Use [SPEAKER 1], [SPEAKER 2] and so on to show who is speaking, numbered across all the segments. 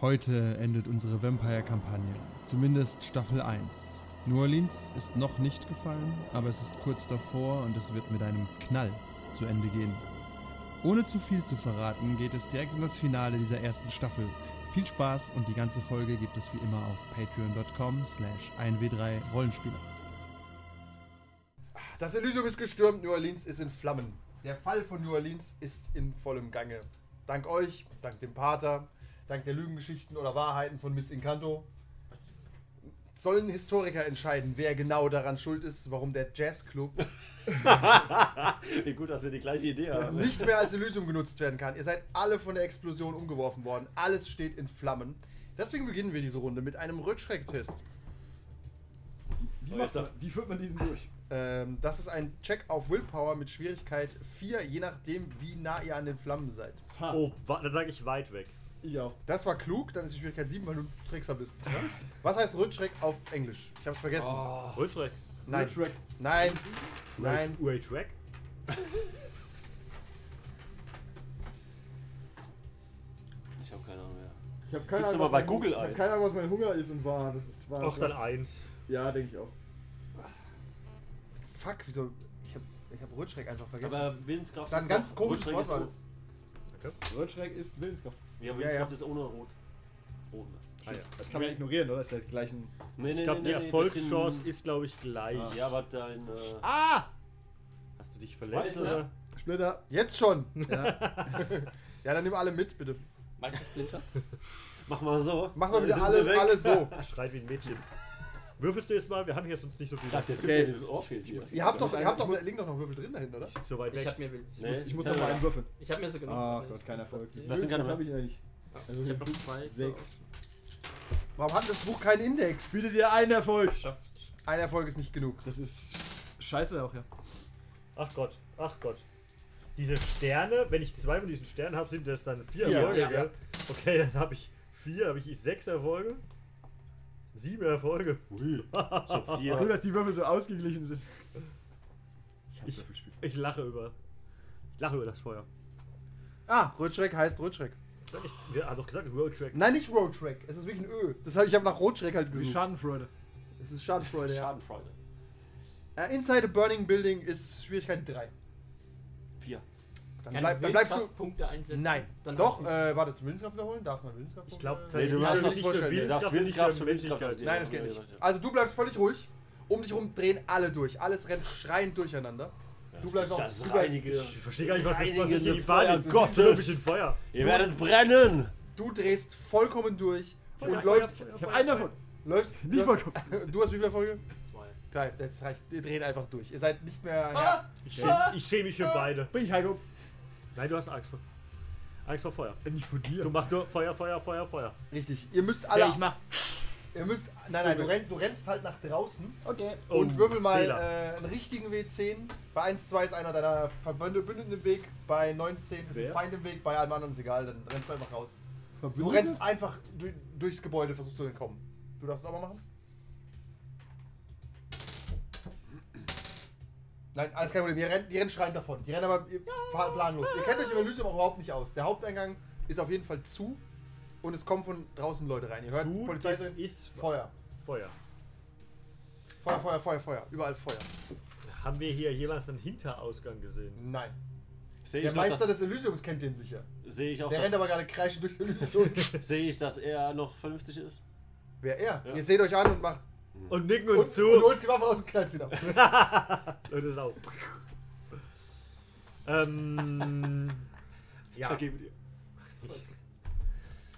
[SPEAKER 1] Heute endet unsere Vampire-Kampagne, zumindest Staffel 1. New Orleans ist noch nicht gefallen, aber es ist kurz davor und es wird mit einem Knall zu Ende gehen. Ohne zu viel zu verraten, geht es direkt in das Finale dieser ersten Staffel. Viel Spaß und die ganze Folge gibt es wie immer auf patreon.com slash 1w3rollenspieler.
[SPEAKER 2] Das Elysium ist gestürmt, New Orleans ist in Flammen. Der Fall von New Orleans ist in vollem Gange. Dank euch, dank dem Pater, dank der Lügengeschichten oder Wahrheiten von Miss Incanto. Sollen Historiker entscheiden, wer genau daran schuld ist, warum der Jazzclub
[SPEAKER 3] Wie gut, dass wir die gleiche Idee haben.
[SPEAKER 2] nicht mehr als Elysium genutzt werden kann. Ihr seid alle von der Explosion umgeworfen worden. Alles steht in Flammen. Deswegen beginnen wir diese Runde mit einem Rückschrecktest.
[SPEAKER 3] Wie, macht man, wie führt man diesen durch?
[SPEAKER 2] Ähm, das ist ein Check auf Willpower mit Schwierigkeit 4, je nachdem, wie nah ihr an den Flammen seid.
[SPEAKER 4] Oh, wa- dann sage ich weit weg.
[SPEAKER 3] Ich auch.
[SPEAKER 2] Das war klug, dann ist die Schwierigkeit 7, weil du Trickser bist. Was heißt Rückschreck auf Englisch? Ich hab's vergessen.
[SPEAKER 5] Ah,
[SPEAKER 3] Oh.
[SPEAKER 4] Rage
[SPEAKER 2] Nein.
[SPEAKER 3] Rückschreck.
[SPEAKER 2] Nein. Nein.
[SPEAKER 4] Rage Rack?
[SPEAKER 3] Ich habe keine Ahnung mehr.
[SPEAKER 5] Ich habe keine
[SPEAKER 3] Gibt's
[SPEAKER 5] Ahnung, was
[SPEAKER 3] aber bei
[SPEAKER 5] mein-
[SPEAKER 3] Google
[SPEAKER 5] ich
[SPEAKER 3] ein.
[SPEAKER 5] hab keine Ahnung, was mein Hunger ist und war. Das ist war
[SPEAKER 4] Auch dann eins.
[SPEAKER 5] Ja, denke ich auch.
[SPEAKER 2] Fuck, wieso? Ich hab, ich hab Rückschreck einfach vergessen.
[SPEAKER 3] Aber Willenskraft
[SPEAKER 2] das ist ein ganz
[SPEAKER 3] doch-
[SPEAKER 2] komisches
[SPEAKER 3] Rückschreck
[SPEAKER 2] Wort.
[SPEAKER 3] ist
[SPEAKER 2] war
[SPEAKER 3] rot.
[SPEAKER 2] das.
[SPEAKER 5] Rückschreck ist Willenskraft.
[SPEAKER 3] Ja, Willenskraft
[SPEAKER 2] ja.
[SPEAKER 3] ist ohne Rot. Rot. ne?
[SPEAKER 4] Ah, ja.
[SPEAKER 5] Das kann man ignorieren, oder? Das ist ja gleich ein.
[SPEAKER 3] Nee, nee,
[SPEAKER 4] Ich glaube,
[SPEAKER 3] nee,
[SPEAKER 4] die
[SPEAKER 3] nee, Ah. das
[SPEAKER 4] Erfolgschance
[SPEAKER 3] sind-
[SPEAKER 4] ist, glaube ich, gleich.
[SPEAKER 3] Ja, aber dein. Äh,
[SPEAKER 5] Ah!
[SPEAKER 4] Hast du dich
[SPEAKER 3] Weiß,
[SPEAKER 4] verletzt?
[SPEAKER 3] ne?
[SPEAKER 4] Oder?
[SPEAKER 5] Splitter.
[SPEAKER 2] Jetzt schon.
[SPEAKER 5] Ja.
[SPEAKER 2] Ja, dann nimm alle mit, bitte.
[SPEAKER 6] Meistens Splinter.
[SPEAKER 3] mach mal so.
[SPEAKER 2] Mach mal
[SPEAKER 3] Dann
[SPEAKER 2] bitte
[SPEAKER 3] sind sie weg.
[SPEAKER 2] alle, alle so.
[SPEAKER 4] Schreit wie ein Mädchen. Würfelst du jetzt mal? Wir haben hier sonst nicht so viel.
[SPEAKER 3] Sagt der Typ,
[SPEAKER 5] Okay.
[SPEAKER 3] der den Ohr fehlt hier.
[SPEAKER 2] Ihr habt doch, ihr habt doch, da liegen doch noch Würfel drin dahin, oder?
[SPEAKER 4] So weit
[SPEAKER 6] Ich
[SPEAKER 4] weg.
[SPEAKER 6] hab mir,
[SPEAKER 3] Nee,
[SPEAKER 5] Ich muss
[SPEAKER 3] ja.
[SPEAKER 5] noch mal einen würfeln.
[SPEAKER 6] ich hab mir so genommen.
[SPEAKER 5] Ah
[SPEAKER 6] Also
[SPEAKER 5] Gott,
[SPEAKER 6] ich-
[SPEAKER 5] kein
[SPEAKER 6] ich-
[SPEAKER 5] Erfolg.
[SPEAKER 6] Ich
[SPEAKER 3] Was sind keine-
[SPEAKER 5] habe ich eigentlich. Also
[SPEAKER 6] ich hab noch zwei. so.
[SPEAKER 5] Sechs.
[SPEAKER 2] Warum hat das Buch keinen Index?
[SPEAKER 5] Bietet dir einen Erfolg.
[SPEAKER 6] Schafft.
[SPEAKER 2] Ein Erfolg ist nicht genug.
[SPEAKER 5] Das ist scheiße auch, ja.
[SPEAKER 4] Ach Gott, ach Gott. Diese Sterne, wenn ich zwei von diesen Sternen habe, sind das dann vier,
[SPEAKER 5] Vier,
[SPEAKER 4] Erfolge,
[SPEAKER 6] ja.
[SPEAKER 4] gell? Okay, dann habe ich vier, habe ich sechs Erfolge. Sieben Erfolge.
[SPEAKER 3] Ui. Ich hab
[SPEAKER 5] Auch nur,
[SPEAKER 3] vier.
[SPEAKER 5] dass die Würfel so ausgeglichen sind. Ich
[SPEAKER 4] Ich-
[SPEAKER 5] hasse Würfelspiel.
[SPEAKER 4] Ich lache über. Ich lache über das Feuer.
[SPEAKER 2] Ah, Rückschreck heißt Rückschreck.
[SPEAKER 4] Sag ich- Wir haben doch gesagt, World Track.
[SPEAKER 2] Nein, nicht Roadschreck. Es ist wirklich ein Ö. Das hab, ich habe nach Roadschreck halt
[SPEAKER 5] Wie
[SPEAKER 2] gesucht.
[SPEAKER 5] Schadenfreude.
[SPEAKER 2] Es ist Schadenfreude, ja.
[SPEAKER 3] Schadenfreude.
[SPEAKER 2] Äh, Inside a Burning Building ist Schwierigkeit 3.
[SPEAKER 3] Vier.
[SPEAKER 2] Dann,
[SPEAKER 6] Keine
[SPEAKER 2] bleib, dann bleibst du.
[SPEAKER 6] Willenskraftpunkte einsetzen.
[SPEAKER 2] Nein.
[SPEAKER 6] Dann
[SPEAKER 2] Doch,
[SPEAKER 6] hab
[SPEAKER 2] äh, warte, zum Willenskraft wiederholen? Darf man Willenskraft
[SPEAKER 4] Ich glaube,
[SPEAKER 2] wiederholen?
[SPEAKER 3] Nee, du darfst das
[SPEAKER 2] vorstellen.
[SPEAKER 3] Du darfst Willenskraft für Willenskraft ausgeben.
[SPEAKER 2] Nein, das geht nicht. Also du bleibst völlig ruhig. Um dich rum drehen alle durch. Alles rennt schreiend durcheinander. Du bleibst auch.
[SPEAKER 3] Das
[SPEAKER 2] du bleibst-
[SPEAKER 3] reinige.
[SPEAKER 4] Ich verstehe gar nicht, was das
[SPEAKER 3] Einige
[SPEAKER 4] passiert.
[SPEAKER 3] sind
[SPEAKER 4] Die
[SPEAKER 3] Feuer,
[SPEAKER 4] Bahn,
[SPEAKER 3] du
[SPEAKER 4] Gott,
[SPEAKER 3] siehst
[SPEAKER 4] ein
[SPEAKER 3] es.
[SPEAKER 4] bisschen Feuer.
[SPEAKER 3] Ihr werdet brennen!
[SPEAKER 2] Du drehst vollkommen durch und
[SPEAKER 4] Feuer,
[SPEAKER 2] läufst.
[SPEAKER 4] Feuer,
[SPEAKER 5] Ich habe einen davon.
[SPEAKER 2] läufst
[SPEAKER 5] Nicht vollkommen.
[SPEAKER 2] Du hast wie viele Folge?
[SPEAKER 6] ich zwei.
[SPEAKER 2] Drei. Das reicht. Ihr dreht einfach durch. Ihr seid nicht mehr. Herr.
[SPEAKER 6] Ah,
[SPEAKER 4] Ich schäme, ich schäme mich für beide.
[SPEAKER 5] Bring ich Heiko.
[SPEAKER 4] Nein, du hast Angst vor. Angst vor Feuer.
[SPEAKER 5] Nicht von dir.
[SPEAKER 4] Du machst nur Feuer, Feuer, Feuer, Feuer.
[SPEAKER 2] Richtig. Ihr müsst alle.
[SPEAKER 5] Ja, ich mach.
[SPEAKER 2] Ihr müsst. Nein, nein, du rennst, du rennst halt nach draußen.
[SPEAKER 5] Okay.
[SPEAKER 2] Und würfel mal
[SPEAKER 4] Fehler.
[SPEAKER 2] äh, einen richtigen W10. Bei 1, 2 ist einer deiner Verbündeten im Weg. Bei 19 ist ein
[SPEAKER 4] Wer?
[SPEAKER 2] Feind im Weg. Bei allem anderen ist egal. Dann rennst du einfach raus. Du
[SPEAKER 5] Verbündete?
[SPEAKER 2] rennst einfach du, durchs Gebäude, versuchst zu entkommen. Du darfst es aber machen. Nein, alles kein Problem. Die rennen, die rennen schreiend davon. Die rennen aber ihr- pla- planlos. Ihr kennt euch im Elysium auch überhaupt nicht aus. Der Haupteingang ist auf jeden Fall zu und es kommen von draußen Leute rein. Ihr hört
[SPEAKER 4] Zu,
[SPEAKER 2] Polizei
[SPEAKER 4] das
[SPEAKER 2] sein.
[SPEAKER 4] ist eh
[SPEAKER 2] Feuer.
[SPEAKER 4] Feuer.
[SPEAKER 2] Feuer, Feuer, Feuer, Feuer. Überall Feuer.
[SPEAKER 4] Haben wir hier jemals einen Hinterausgang gesehen?
[SPEAKER 2] Nein.
[SPEAKER 3] Sehe
[SPEAKER 2] Der
[SPEAKER 3] ich, noch,
[SPEAKER 2] Meister
[SPEAKER 3] dass,
[SPEAKER 2] des Elysiums kennt den sicher.
[SPEAKER 3] seh ich auch,
[SPEAKER 2] Der rennt
[SPEAKER 3] dass,
[SPEAKER 2] aber gerade kreischend durchs Elysium.
[SPEAKER 3] sehe ich, dass er noch vernünftig ist?
[SPEAKER 2] Wer er?
[SPEAKER 3] Ja.
[SPEAKER 2] Ihr seht euch an und macht.
[SPEAKER 4] Und nicken
[SPEAKER 2] Mhm. Und,
[SPEAKER 4] uns
[SPEAKER 2] und,
[SPEAKER 4] zu.
[SPEAKER 2] holt die Waffe raus und knallt sie da.
[SPEAKER 4] Leute, Sau. ähm. Ja.
[SPEAKER 3] Vergebe dir.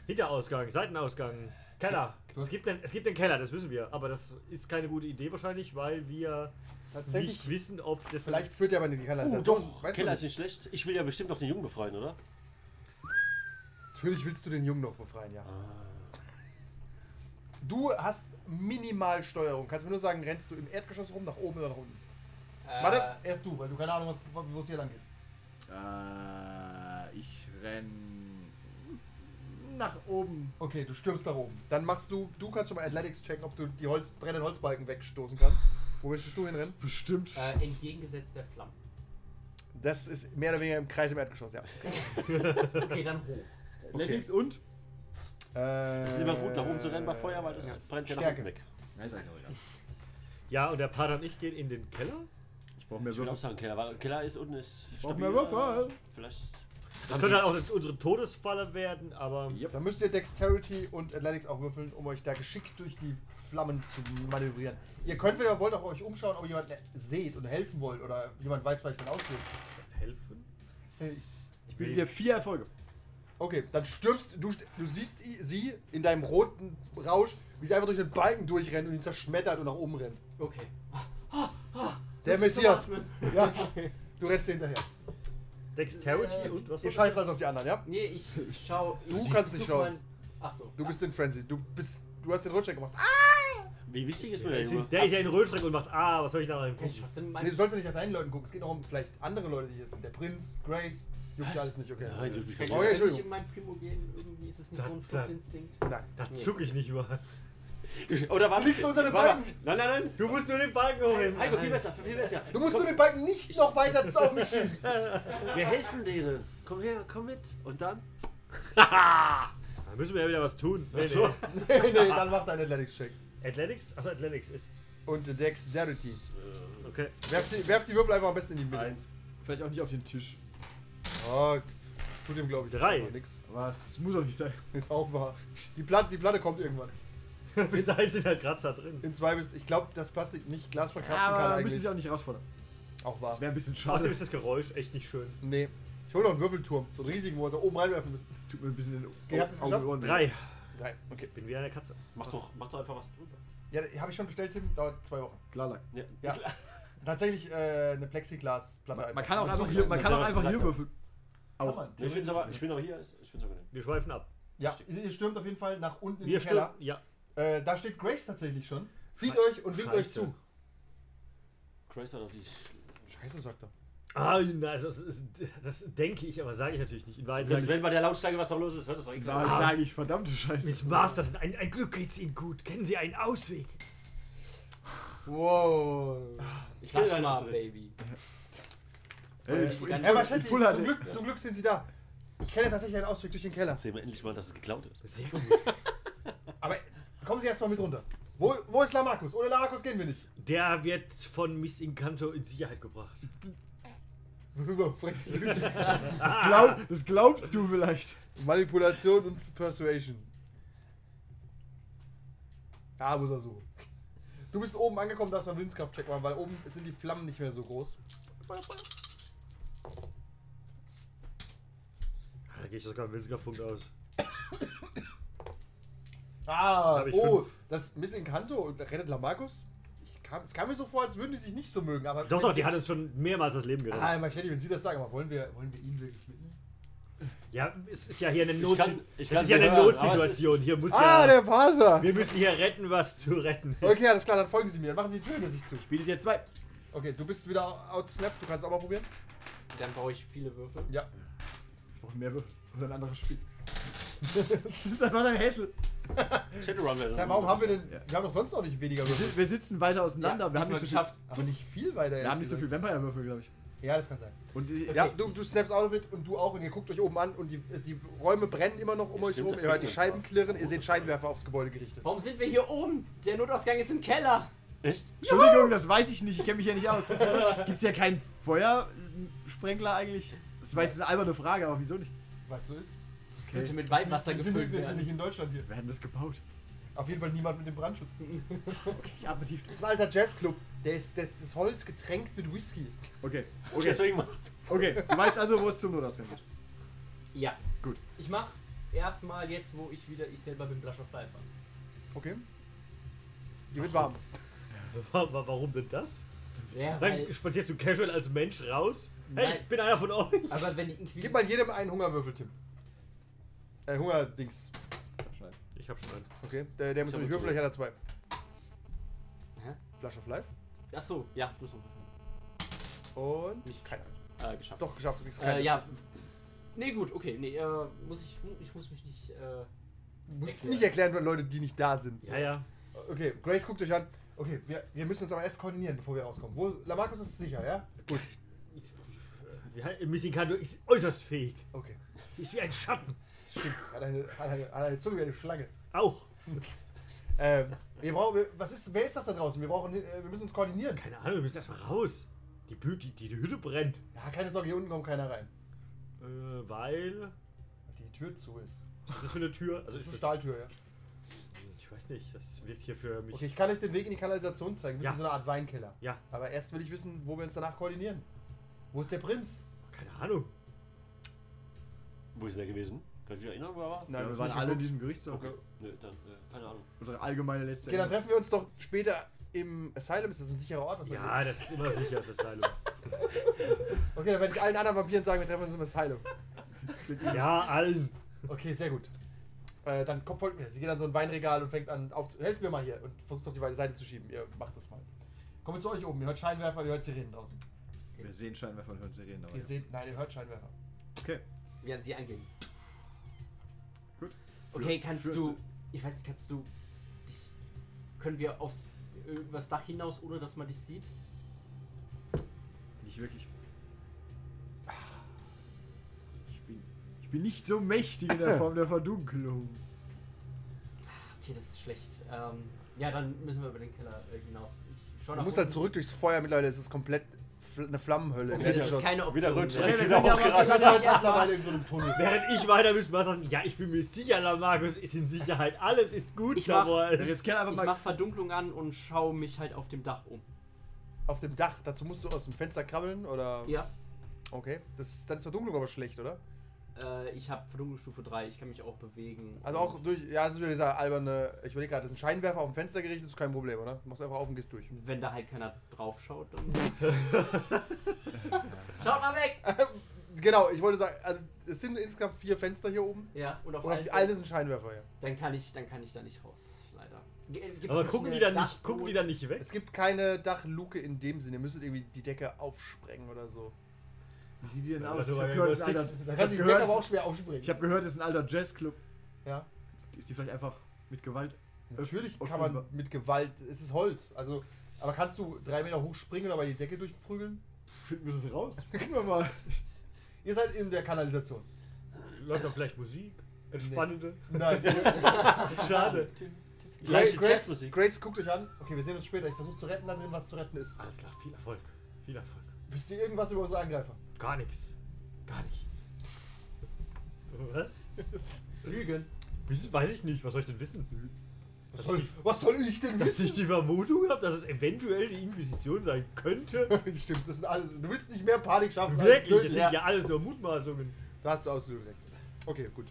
[SPEAKER 4] Hinterausgang, Seitenausgang, Keller.
[SPEAKER 2] Du hast-
[SPEAKER 4] Es gibt, einen, es gibt einen Keller, das wissen wir. Aber das ist keine gute Idee wahrscheinlich, weil wir
[SPEAKER 2] Tatsächlich.
[SPEAKER 4] nicht wissen, ob das
[SPEAKER 2] Vielleicht führt er aber in die
[SPEAKER 3] Oh,
[SPEAKER 7] Uh,
[SPEAKER 2] Kanalisation.
[SPEAKER 3] doch,
[SPEAKER 2] Also Weißt du
[SPEAKER 3] Keller
[SPEAKER 2] nicht.
[SPEAKER 3] ist nicht schlecht. Ich will ja bestimmt noch den Jungen befreien, oder?
[SPEAKER 2] Natürlich willst du den Jungen noch befreien, ja. Du hast minimal Steuerung. Kannst mir nur sagen, rennst du im Erdgeschoss rum, nach oben oder nach unten?
[SPEAKER 6] äh,
[SPEAKER 2] Warte, erst du, weil du keine Ahnung hast, wo wo es hier lang geht.
[SPEAKER 5] Äh, ich renn nach oben.
[SPEAKER 2] Okay, du stürmst nach oben. Dann machst du, du kannst schon mal Athletics checken, ob du die Holz, brennenden Holzbalken wegstoßen kannst. Wo möchtest du hinrennen?
[SPEAKER 5] Bestimmt.
[SPEAKER 6] Äh, entgegengesetzt der Flamme.
[SPEAKER 2] Das ist mehr oder weniger im Kreis im Erdgeschoss, ja.
[SPEAKER 6] Okay, dann hoch.
[SPEAKER 5] Athletics und?
[SPEAKER 2] Äh,
[SPEAKER 7] Es ist immer gut, nach oben zu rennen bei Feuer, weil das brennt ja nach
[SPEAKER 2] Stärke.
[SPEAKER 7] oben weg.
[SPEAKER 5] Na, ist eigentlich auch egal.
[SPEAKER 4] Ja, und der Pater und ich gehen in den Keller?
[SPEAKER 5] Ich brauche mehr
[SPEAKER 7] Ich würde auch
[SPEAKER 5] Würfel.
[SPEAKER 7] sagen Keller, weil Keller ist unten ist
[SPEAKER 5] Brauchen wir
[SPEAKER 7] stabil.
[SPEAKER 5] Würfel?
[SPEAKER 7] äh, Vielleicht.
[SPEAKER 4] Das könnte halt auch unsere Todesfalle werden, aber.
[SPEAKER 5] Yep.
[SPEAKER 2] Da müsst ihr Dexterity und Athletics auch würfeln, um euch da geschickt durch die Flammen zu manövrieren. Ihr könnt, wenn ihr wollt, auch euch umschauen, ob ihr jemanden seht und helfen wollt oder jemand weiß, vielleicht dann ausgeht.
[SPEAKER 4] Helfen?
[SPEAKER 5] Ich bin dir vier Erfolge.
[SPEAKER 2] Okay, dann stürmst du, du siehst i- sie in deinem roten Rausch, wie sie einfach durch den Balken durchrennt und ihn zerschmettert und nach oben rennt.
[SPEAKER 6] Okay.
[SPEAKER 2] Der Messias.
[SPEAKER 6] Zum Atmen.
[SPEAKER 5] ne?
[SPEAKER 2] Ja, du rennst ihr hinterher.
[SPEAKER 4] Dexterity
[SPEAKER 6] Äh,
[SPEAKER 4] und was
[SPEAKER 2] Ihr
[SPEAKER 4] war's?
[SPEAKER 2] scheißt also auf die anderen, ja?
[SPEAKER 6] Nee, ich, ich schau.
[SPEAKER 2] Du
[SPEAKER 6] ich
[SPEAKER 2] kannst nicht
[SPEAKER 6] such
[SPEAKER 2] schauen.
[SPEAKER 6] mein- Ach so.
[SPEAKER 2] Du
[SPEAKER 6] ja.
[SPEAKER 2] bist in Frenzy. Du bist, du hast den Rutscheck gemacht. Ah!
[SPEAKER 7] Wie wichtig ist mir
[SPEAKER 4] Der
[SPEAKER 7] der
[SPEAKER 4] ist,
[SPEAKER 7] Junge?
[SPEAKER 4] in, der ist ja in Röhrenschreck und macht, ah, was soll ich nachher denn
[SPEAKER 6] Kann ich
[SPEAKER 4] gucken?
[SPEAKER 6] trotzdem
[SPEAKER 2] Nee,
[SPEAKER 6] meine.
[SPEAKER 2] du sollst ja nicht nach deinen Leuten gucken. Es geht auch um vielleicht andere Leute, die hier sind. Der Prinz, Grace, juckt ja alles nicht, okay.
[SPEAKER 7] Nein, so mich
[SPEAKER 6] Kann ich
[SPEAKER 2] Oh, ja,
[SPEAKER 7] kaputt.
[SPEAKER 6] trotzdem nicht
[SPEAKER 2] Entschuldigung.
[SPEAKER 6] in mein Primo gehen? Irgendwie ist es nicht
[SPEAKER 4] Da-
[SPEAKER 6] so ein
[SPEAKER 4] da-
[SPEAKER 6] Fluchtinstinkt.
[SPEAKER 2] Nein.
[SPEAKER 4] Da zuck ich nicht über.
[SPEAKER 7] Oder war
[SPEAKER 2] Liegst du unter den
[SPEAKER 7] war-
[SPEAKER 2] Balken?
[SPEAKER 7] Nein, nein,
[SPEAKER 4] Du musst nur den Balken holen.
[SPEAKER 7] nein. Heiko, viel besser, viel besser.
[SPEAKER 2] Du musst nur den Balken nicht noch weiter auf mich schieben.
[SPEAKER 7] Wir helfen denen. Komm her, komm mit. Und dann?
[SPEAKER 4] Da müssen wir ja wieder was tun. Nee, nee.
[SPEAKER 2] nee, nee, dann mach deinen Athletics-Check.
[SPEAKER 4] Athletics? Achso, Athletics ist.
[SPEAKER 2] Und Dexterity.
[SPEAKER 4] Okay.
[SPEAKER 2] Werf die, werf die Würfel einfach am besten in die Mitte.
[SPEAKER 5] Eins. Vielleicht auch nicht auf den Tisch.
[SPEAKER 2] Oh, das tut ihm, glaube ich,
[SPEAKER 4] Drei.
[SPEAKER 2] einfach nix.
[SPEAKER 5] Aber es muss auch nicht sein.
[SPEAKER 2] Ist auch wahr. Die Platte, die Platte kommt irgendwann.
[SPEAKER 4] Bis dahin sind halt Kratzer drin.
[SPEAKER 2] In zwei bist. Ich glaube, dass Plastik nicht Glas verkratzen kann
[SPEAKER 5] Aber wir müssen
[SPEAKER 2] eigentlich.
[SPEAKER 5] dich auch nicht herausfordern.
[SPEAKER 2] Auch wahr.
[SPEAKER 5] Ah. Das wäre ein bisschen
[SPEAKER 4] Außerdem
[SPEAKER 5] schade.
[SPEAKER 4] ist das Geräusch echt nicht schön.
[SPEAKER 2] Nee. Ich hole noch einen Würfelturm. So einen riesigen, wo wir so oben reinwerfen müssen.
[SPEAKER 5] Das tut mir ein bisschen in den
[SPEAKER 2] Ihr habt es geschafft?
[SPEAKER 5] Ohren. weh.
[SPEAKER 4] Drei.
[SPEAKER 2] Drei. Okay.
[SPEAKER 4] Bin wieder eine Katze.
[SPEAKER 7] Mach doch, mach doch einfach was drüber.
[SPEAKER 2] Ja, habe ich schon bestellt, Tim. Dauert zwei Wochen.
[SPEAKER 5] Klar, lag.
[SPEAKER 7] Ja.
[SPEAKER 2] Ja. Tatsächlich äh, eine Plexiglasplatte.
[SPEAKER 5] Man
[SPEAKER 2] einfach.
[SPEAKER 5] kann auch
[SPEAKER 2] Dazu
[SPEAKER 5] einfach hier, man
[SPEAKER 2] geschnallt.
[SPEAKER 5] kann auch
[SPEAKER 7] Das ist
[SPEAKER 5] einfach hier
[SPEAKER 7] lecker.
[SPEAKER 5] würfeln.
[SPEAKER 2] Kann
[SPEAKER 5] Auch.
[SPEAKER 2] man.
[SPEAKER 7] Ich find's aber, ich bin aber hier, ich find's aber nicht.
[SPEAKER 4] Wir schweifen ab.
[SPEAKER 2] Ja, ihr stürmt auf jeden Fall nach unten in
[SPEAKER 4] Wir
[SPEAKER 2] den Keller.
[SPEAKER 4] stürmen. Ja.
[SPEAKER 2] Äh, da steht Grace tatsächlich schon. Sieht
[SPEAKER 4] Schei-
[SPEAKER 2] euch und winkt euch
[SPEAKER 4] Scheiße.
[SPEAKER 2] zu.
[SPEAKER 7] Grace hat doch die. Sch-
[SPEAKER 2] Scheiße, sagt er.
[SPEAKER 4] Ah, nein, das, ist, das denke ich, aber sage ich natürlich nicht. In Wahrheit
[SPEAKER 7] Selbst
[SPEAKER 4] sage
[SPEAKER 7] wenn
[SPEAKER 4] ich,
[SPEAKER 7] bei der Lautstärke was da los ist, hört es doch eh
[SPEAKER 5] Da
[SPEAKER 7] keiner.
[SPEAKER 5] sage ich verdammte Scheiße.
[SPEAKER 4] Miss Master, ein, ein Glück geht's Ihnen gut. Kennen Sie einen Ausweg?
[SPEAKER 6] Wow.
[SPEAKER 7] Ich kenne
[SPEAKER 6] Lass
[SPEAKER 7] deine
[SPEAKER 6] mal,
[SPEAKER 7] Ausrede.
[SPEAKER 6] Baby.
[SPEAKER 5] Ey,
[SPEAKER 6] Ja,
[SPEAKER 5] in
[SPEAKER 6] ganz-
[SPEAKER 2] Ja,
[SPEAKER 5] Full,
[SPEAKER 2] aber
[SPEAKER 5] in
[SPEAKER 2] Shetty,
[SPEAKER 5] Full
[SPEAKER 2] zum,
[SPEAKER 5] HD.
[SPEAKER 2] Glück, zum Glück sind sie da. Ich kenne tatsächlich einen Ausweg durch den Keller.
[SPEAKER 7] Sehen wir endlich mal, dass es geklaut ist.
[SPEAKER 4] Sehr gut.
[SPEAKER 2] Aber kommen Sie erstmal mit runter. Wo, wo ist Lamarcus? Ohne Lamarcus gehen wir nicht.
[SPEAKER 4] Der wird von Miss Incanto in Sicherheit gebracht.
[SPEAKER 2] Frechs Lügen.
[SPEAKER 5] Das, glaub, das glaubst du vielleicht.
[SPEAKER 2] Manipulation und Persuasion. Ja, muss er suchen. Du bist oben angekommen, darfst mal einen Windkraftcheck machen, weil oben sind die Flammen nicht mehr so groß.
[SPEAKER 4] Ah, Da gehe ich sogar einen Willenskraftpunkt aus.
[SPEAKER 2] Ah,
[SPEAKER 4] Hab ich
[SPEAKER 2] oh,
[SPEAKER 4] fünf.
[SPEAKER 2] das Miss Encanto und rettet Lamarcus? Ich kam, es kam mir so vor, als würden die sich nicht so mögen, aber.
[SPEAKER 4] Doch, doch, die hat uns schon mehrmals das Leben gerettet.
[SPEAKER 2] Ah, mal Shetty, wenn Sie das sagen, aber wollen wir, wollen wir ihn wirklich mitnehmen?
[SPEAKER 4] Ja, es ist ja hier eine
[SPEAKER 7] Ich
[SPEAKER 4] Not.
[SPEAKER 7] kann- ich
[SPEAKER 4] das
[SPEAKER 7] kann
[SPEAKER 4] ist ja
[SPEAKER 7] sie
[SPEAKER 4] eine
[SPEAKER 7] hören,
[SPEAKER 4] Notsituation. Hier muss
[SPEAKER 2] Ah,
[SPEAKER 4] ja.
[SPEAKER 2] der Vater!
[SPEAKER 4] wir müssen hier retten, was zu retten ist.
[SPEAKER 2] Okay, alles klar, dann folgen Sie mir. Machen Sie die Tür hinter sich zu.
[SPEAKER 5] Bietet dir zwei.
[SPEAKER 2] Okay, du bist wieder outsnapped. Du kannst auch mal probieren.
[SPEAKER 6] Dann brauche ich viele Würfel.
[SPEAKER 2] Ja.
[SPEAKER 5] Ich brauche mehr Würfel. Oder ein anderes Spiel. das ist einfach ein Hässel.
[SPEAKER 7] Shadowrun wäre.
[SPEAKER 2] Sag, warum haben wir denn. Wir haben doch sonst noch nicht weniger
[SPEAKER 5] Wir,
[SPEAKER 2] Würfel.
[SPEAKER 5] si- wir sitzen weiter auseinander. wir, haben nicht so viel,
[SPEAKER 6] geschafft.
[SPEAKER 2] Aber nicht viel weiter.
[SPEAKER 5] wir
[SPEAKER 2] ehrlich
[SPEAKER 5] haben nicht so viel
[SPEAKER 2] gesagt.
[SPEAKER 5] Vampire-Würfel, glaube ich.
[SPEAKER 2] Ja, das kann sein.
[SPEAKER 5] Und die,
[SPEAKER 2] Ja,
[SPEAKER 5] ja,
[SPEAKER 2] du, du snaps out of it und du auch. Und ihr guckt euch oben an und die, die Räume brennen immer noch um
[SPEAKER 7] Ja,
[SPEAKER 2] euch
[SPEAKER 7] stimmt,
[SPEAKER 2] rum.
[SPEAKER 7] da
[SPEAKER 2] Ihr hört die
[SPEAKER 7] fehlt
[SPEAKER 2] Scheiben
[SPEAKER 7] ein paar.
[SPEAKER 2] klirren. Ihr seht Scheinwerfer aufs Gebäude gerichtet.
[SPEAKER 6] Warum sind wir hier oben? Der Notausgang ist im Keller.
[SPEAKER 7] Echt?
[SPEAKER 5] Entschuldigung, das weiß ich nicht. Ich kenne mich ja nicht aus. Gibt's ja keinen Feuersprengler eigentlich? Das weiß ist eine alberne Frage, aber wieso nicht?
[SPEAKER 2] Was so ist?
[SPEAKER 6] Das könnte mit Weihwasser
[SPEAKER 2] wir, sind,
[SPEAKER 6] gefüllt
[SPEAKER 2] wir sind
[SPEAKER 6] werden.
[SPEAKER 2] nicht in Deutschland hier.
[SPEAKER 5] Wir hätten das gebaut.
[SPEAKER 2] Auf jeden Fall niemand mit dem Brandschutz.
[SPEAKER 5] Okay, ich atme tief.
[SPEAKER 2] Das ist ein alter Jazzclub. Der ist das, das Holz getränkt mit Whisky.
[SPEAKER 5] Okay,
[SPEAKER 7] Okay.
[SPEAKER 5] okay,
[SPEAKER 7] Deswegen macht's.
[SPEAKER 5] okay. Du weißt also, wo es zum Notausgang geht.
[SPEAKER 6] Ja.
[SPEAKER 5] Gut.
[SPEAKER 6] Ich mach erstmal jetzt, wo ich wieder ich selber bin, Blush of Life an.
[SPEAKER 2] Okay? Die wird warm.
[SPEAKER 4] Wa- wa- Warum denn das?
[SPEAKER 6] Ja,
[SPEAKER 4] Dann
[SPEAKER 6] weil,
[SPEAKER 4] spazierst du casual als Mensch raus. Hey,
[SPEAKER 6] Nein.
[SPEAKER 4] ich bin einer von euch.
[SPEAKER 6] aber wenn die
[SPEAKER 2] Gib
[SPEAKER 6] Inquisition.
[SPEAKER 2] mal jedem einen Hungerwürfel, Tim. Äh, Hungerdings.
[SPEAKER 4] Ich hab schon einen.
[SPEAKER 2] Okay, der, der muss
[SPEAKER 7] Ich hab
[SPEAKER 2] nämlich
[SPEAKER 7] jetzt
[SPEAKER 2] würfeln, vielleicht hat er zwei.
[SPEAKER 6] Hä?
[SPEAKER 2] Flash of Life.
[SPEAKER 6] Achso, ja, muss man.
[SPEAKER 2] Und.
[SPEAKER 6] Nicht.
[SPEAKER 2] Keiner.
[SPEAKER 6] Äh, geschafft.
[SPEAKER 2] Doch, geschafft, du kriegst keinen.
[SPEAKER 6] Äh, ja. Nee, gut, okay. Nee, äh, muss ich, ich muss mich nicht. Äh,
[SPEAKER 2] Du musst nicht erklären, weil Leute, die nicht da sind.
[SPEAKER 4] Ja, ja.
[SPEAKER 2] Okay, Grace guckt euch an. Okay, wir, wir müssen uns aber erst koordinieren, bevor wir rauskommen. Wo, Lamarcus ist sicher, ja? Gut.
[SPEAKER 4] äh, Ich- Wie heißt- Miss Incanto ist äußerst fähig.
[SPEAKER 2] Okay.
[SPEAKER 4] Sie ist wie ein Schatten.
[SPEAKER 2] Stimmt, hat eine, hat eine, hat eine Zunge wie eine Schlange.
[SPEAKER 4] Auch.
[SPEAKER 2] Ähm, wir brauchen, wir, was ist, wer ist das da draußen? Wir brauchen, äh, wir müssen uns koordinieren.
[SPEAKER 4] Keine Ahnung, wir müssen erstmal raus. Die, Bü die, die Hütte brennt.
[SPEAKER 2] Ja, keine Sorge, hier unten kommt keiner rein.
[SPEAKER 4] Äh, weil.
[SPEAKER 2] Die Tür zu ist.
[SPEAKER 4] Was ist das für eine Tür?
[SPEAKER 2] Das
[SPEAKER 4] Also
[SPEAKER 2] ist eine
[SPEAKER 4] ist das,
[SPEAKER 2] Stahltür, ja.
[SPEAKER 4] Ich weiß nicht, das wirkt hier für mich.
[SPEAKER 2] Okay, ich kann euch den Weg in die Kanalisation zeigen. Wir
[SPEAKER 4] Ja.
[SPEAKER 2] sind in so eine Art Weinkeller.
[SPEAKER 4] Ja.
[SPEAKER 2] Aber erst will ich wissen, wo wir uns danach koordinieren. Wo ist der Prinz?
[SPEAKER 4] Keine Ahnung.
[SPEAKER 7] Wo ist denn der gewesen? Könnt ihr euch erinnern, wo er war?
[SPEAKER 5] Nein,
[SPEAKER 2] Ja,
[SPEAKER 5] wir
[SPEAKER 2] das
[SPEAKER 5] waren
[SPEAKER 2] nicht
[SPEAKER 5] alle in
[SPEAKER 2] geguckt.
[SPEAKER 5] diesem Gerichtssaal.
[SPEAKER 7] Okay. Nö, dann, äh, keine Ahnung.
[SPEAKER 5] Unsere allgemeine letzte.
[SPEAKER 2] Okay, dann
[SPEAKER 5] Erinnerung.
[SPEAKER 2] treffen wir uns doch später im Asylum. Ist das ein sicherer Ort? Was
[SPEAKER 4] Ja,
[SPEAKER 2] meinst
[SPEAKER 4] das ist immer sicher, das Asylum.
[SPEAKER 2] du? Okay, dann werde ich allen anderen Vampiren sagen, wir treffen uns im Asylum.
[SPEAKER 4] ja, allen.
[SPEAKER 2] Okay, sehr gut. Äh, dann kommt, folgt mir. Sie geht an so ein Weinregal und fängt an, auf, helft mir mal hier und versucht auf die Seite zu schieben. Ihr macht das mal. Kommen wir zu euch oben. Ihr hört Scheinwerfer, ihr hört Sirenen draußen.
[SPEAKER 5] Wir sehen Scheinwerfer und hören Sirenen. aber
[SPEAKER 2] Ihr
[SPEAKER 5] ja.
[SPEAKER 2] seht, nein, ihr hört Scheinwerfer.
[SPEAKER 5] Okay.
[SPEAKER 6] Werden sie angehen.
[SPEAKER 5] Gut.
[SPEAKER 6] Okay,
[SPEAKER 5] Für-
[SPEAKER 6] kannst
[SPEAKER 5] für-
[SPEAKER 6] du. Ich weiß nicht, kannst du. Dich, können wir aufs. äh, übers Dach hinaus, ohne dass man dich sieht?
[SPEAKER 5] Nicht wirklich. Ich bin, ich bin nicht so mächtig in der Form der Verdunkelung.
[SPEAKER 6] Okay, das ist schlecht. Ähm, ja, dann müssen wir über den Keller äh, hinaus. Ich schau
[SPEAKER 2] Du
[SPEAKER 6] nach
[SPEAKER 2] musst halt
[SPEAKER 6] unten.
[SPEAKER 2] zurück durchs Feuer. Mittlerweile ist es komplett fl- eine Flammenhölle.
[SPEAKER 6] Okay, das
[SPEAKER 7] Wieder-
[SPEAKER 6] ist keine Option.
[SPEAKER 7] Wieder rutscht direkt
[SPEAKER 5] wir
[SPEAKER 7] wieder
[SPEAKER 5] können ja mal-
[SPEAKER 7] hochgerannt.
[SPEAKER 2] Das ist halt mittlerweile in so einem Tunnel.
[SPEAKER 4] Während ich weiter müssen was sagen. Ja, ich bin mir sicher, Lamarcus ist in Sicherheit. Alles ist gut,
[SPEAKER 6] Ich mach-
[SPEAKER 5] Wir
[SPEAKER 4] Lamarcus.
[SPEAKER 5] riskieren einfach
[SPEAKER 6] Ich
[SPEAKER 5] mal.
[SPEAKER 6] mach Verdunklung an und schau mich halt auf dem Dach um.
[SPEAKER 2] Auf dem Dach. Dazu musst du aus dem Fenster krabbeln oder.
[SPEAKER 6] Ja.
[SPEAKER 2] Okay. Das, ist- dann ist Verdunklung aber schlecht, oder?
[SPEAKER 6] Äh, ich habe Verdunklungsstufe 3, ich kann mich auch bewegen.
[SPEAKER 2] Also auch durch. Ja, es ist wieder dieser alberne. Ich überlege gerade, das ist ein Scheinwerfer auf dem Fenster gerichtet, ist kein Problem, oder? Du machst einfach auf und gehst durch.
[SPEAKER 6] Wenn da halt keiner drauf schaut, dann. Schaut mal weg!
[SPEAKER 2] Genau, ich wollte sagen, also es sind insgesamt vier Fenster hier oben.
[SPEAKER 6] Ja, und auf,
[SPEAKER 2] Und auf
[SPEAKER 6] allen-
[SPEAKER 2] allen ist ein Scheinwerfer, ja.
[SPEAKER 6] dann kann ich, dann kann ich da nicht raus, leider. G- äh, gibt's
[SPEAKER 4] Aber
[SPEAKER 6] nicht
[SPEAKER 4] gucken die
[SPEAKER 6] eine
[SPEAKER 4] dann nicht, gucken die
[SPEAKER 6] Dachboden?
[SPEAKER 4] dann nicht weg?
[SPEAKER 2] Es gibt keine Dachluke in dem Sinne. Ihr müsstet irgendwie die Decke aufsprengen oder so.
[SPEAKER 5] Wie sieht die denn
[SPEAKER 4] Ja,
[SPEAKER 5] aus?
[SPEAKER 4] das
[SPEAKER 5] Ich
[SPEAKER 4] war
[SPEAKER 5] habe
[SPEAKER 4] ja
[SPEAKER 5] gehört,
[SPEAKER 4] über
[SPEAKER 5] es ist ein
[SPEAKER 4] sechs.
[SPEAKER 5] alter-
[SPEAKER 2] Da
[SPEAKER 5] ich
[SPEAKER 2] kannst
[SPEAKER 5] hab
[SPEAKER 2] du die Decke
[SPEAKER 5] gehört,
[SPEAKER 2] aber
[SPEAKER 5] es-
[SPEAKER 2] auch schwer aufsprengen.
[SPEAKER 5] ich hab gehört, es ist ein alter Jazzclub.
[SPEAKER 2] ja.
[SPEAKER 5] Ist die vielleicht einfach mit Gewalt?
[SPEAKER 2] Natürlich
[SPEAKER 5] Auf
[SPEAKER 2] kann
[SPEAKER 5] jeden
[SPEAKER 2] man mit Gewalt. Es ist Holz. Also. Aber kannst du drei Meter hoch springen und aber die Decke durchprügeln?
[SPEAKER 5] Finden wir das raus? Gucken wir mal.
[SPEAKER 2] Ihr seid in der Kanalisation.
[SPEAKER 4] Läuft da vielleicht Musik? Entspannende?
[SPEAKER 2] Nein.
[SPEAKER 4] Schade.
[SPEAKER 7] Gleiche
[SPEAKER 2] Grace-
[SPEAKER 7] Jazzmusik.
[SPEAKER 2] Grace guckt euch an. Okay, wir sehen uns später. Ich versuche zu retten, da drin was zu retten ist.
[SPEAKER 4] Alles klar, viel Erfolg. Viel Erfolg.
[SPEAKER 2] Wisst ihr irgendwas über unsere Angreifer?
[SPEAKER 4] Gar nichts. Gar nichts. Was?
[SPEAKER 6] Lügen.
[SPEAKER 4] Wissen, weiß ich nicht. Was soll ich denn wissen?
[SPEAKER 2] Was
[SPEAKER 4] Dass
[SPEAKER 2] soll,
[SPEAKER 4] ich-
[SPEAKER 2] was soll ich denn
[SPEAKER 4] Dass
[SPEAKER 2] wissen?
[SPEAKER 4] ich die Vermutung habe, dass es eventuell die Inquisition sein könnte.
[SPEAKER 2] Stimmt, das sind alles. Du willst nicht mehr Panik schaffen.
[SPEAKER 4] Wirklich,
[SPEAKER 2] Als
[SPEAKER 4] es
[SPEAKER 2] nötig.
[SPEAKER 4] sind ja alles nur Mutmaßungen.
[SPEAKER 2] Da hast du absolut recht. Okay, gut.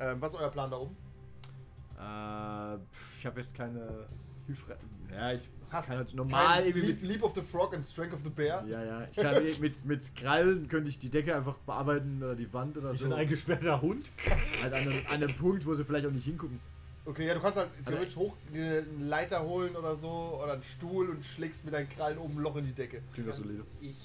[SPEAKER 2] Ähm, was ist euer Plan da oben?
[SPEAKER 5] Äh, pf, ich habe jetzt keine Hilfe. Ja, ich
[SPEAKER 2] Hast
[SPEAKER 5] kann halt normal
[SPEAKER 2] Kein
[SPEAKER 5] irgendwie
[SPEAKER 2] Leap,
[SPEAKER 5] mit.
[SPEAKER 2] Leap of the Frog und Strength of the Bear.
[SPEAKER 5] Ja, ja. Ich kann eh mit, mit Krallen könnte ich die Decke einfach bearbeiten oder die Wand oder
[SPEAKER 4] Ich
[SPEAKER 5] so.
[SPEAKER 4] bin ein
[SPEAKER 5] Halt
[SPEAKER 4] gesperrter Hund.
[SPEAKER 5] an einem, an einem Punkt, wo sie vielleicht auch nicht hingucken.
[SPEAKER 2] Okay, ja, du kannst halt theoretisch hoch eine Leiter holen oder so oder einen Stuhl und schlägst mit deinen Krallen oben ein Loch in die Decke.
[SPEAKER 5] Klingt das solide.
[SPEAKER 6] Ich.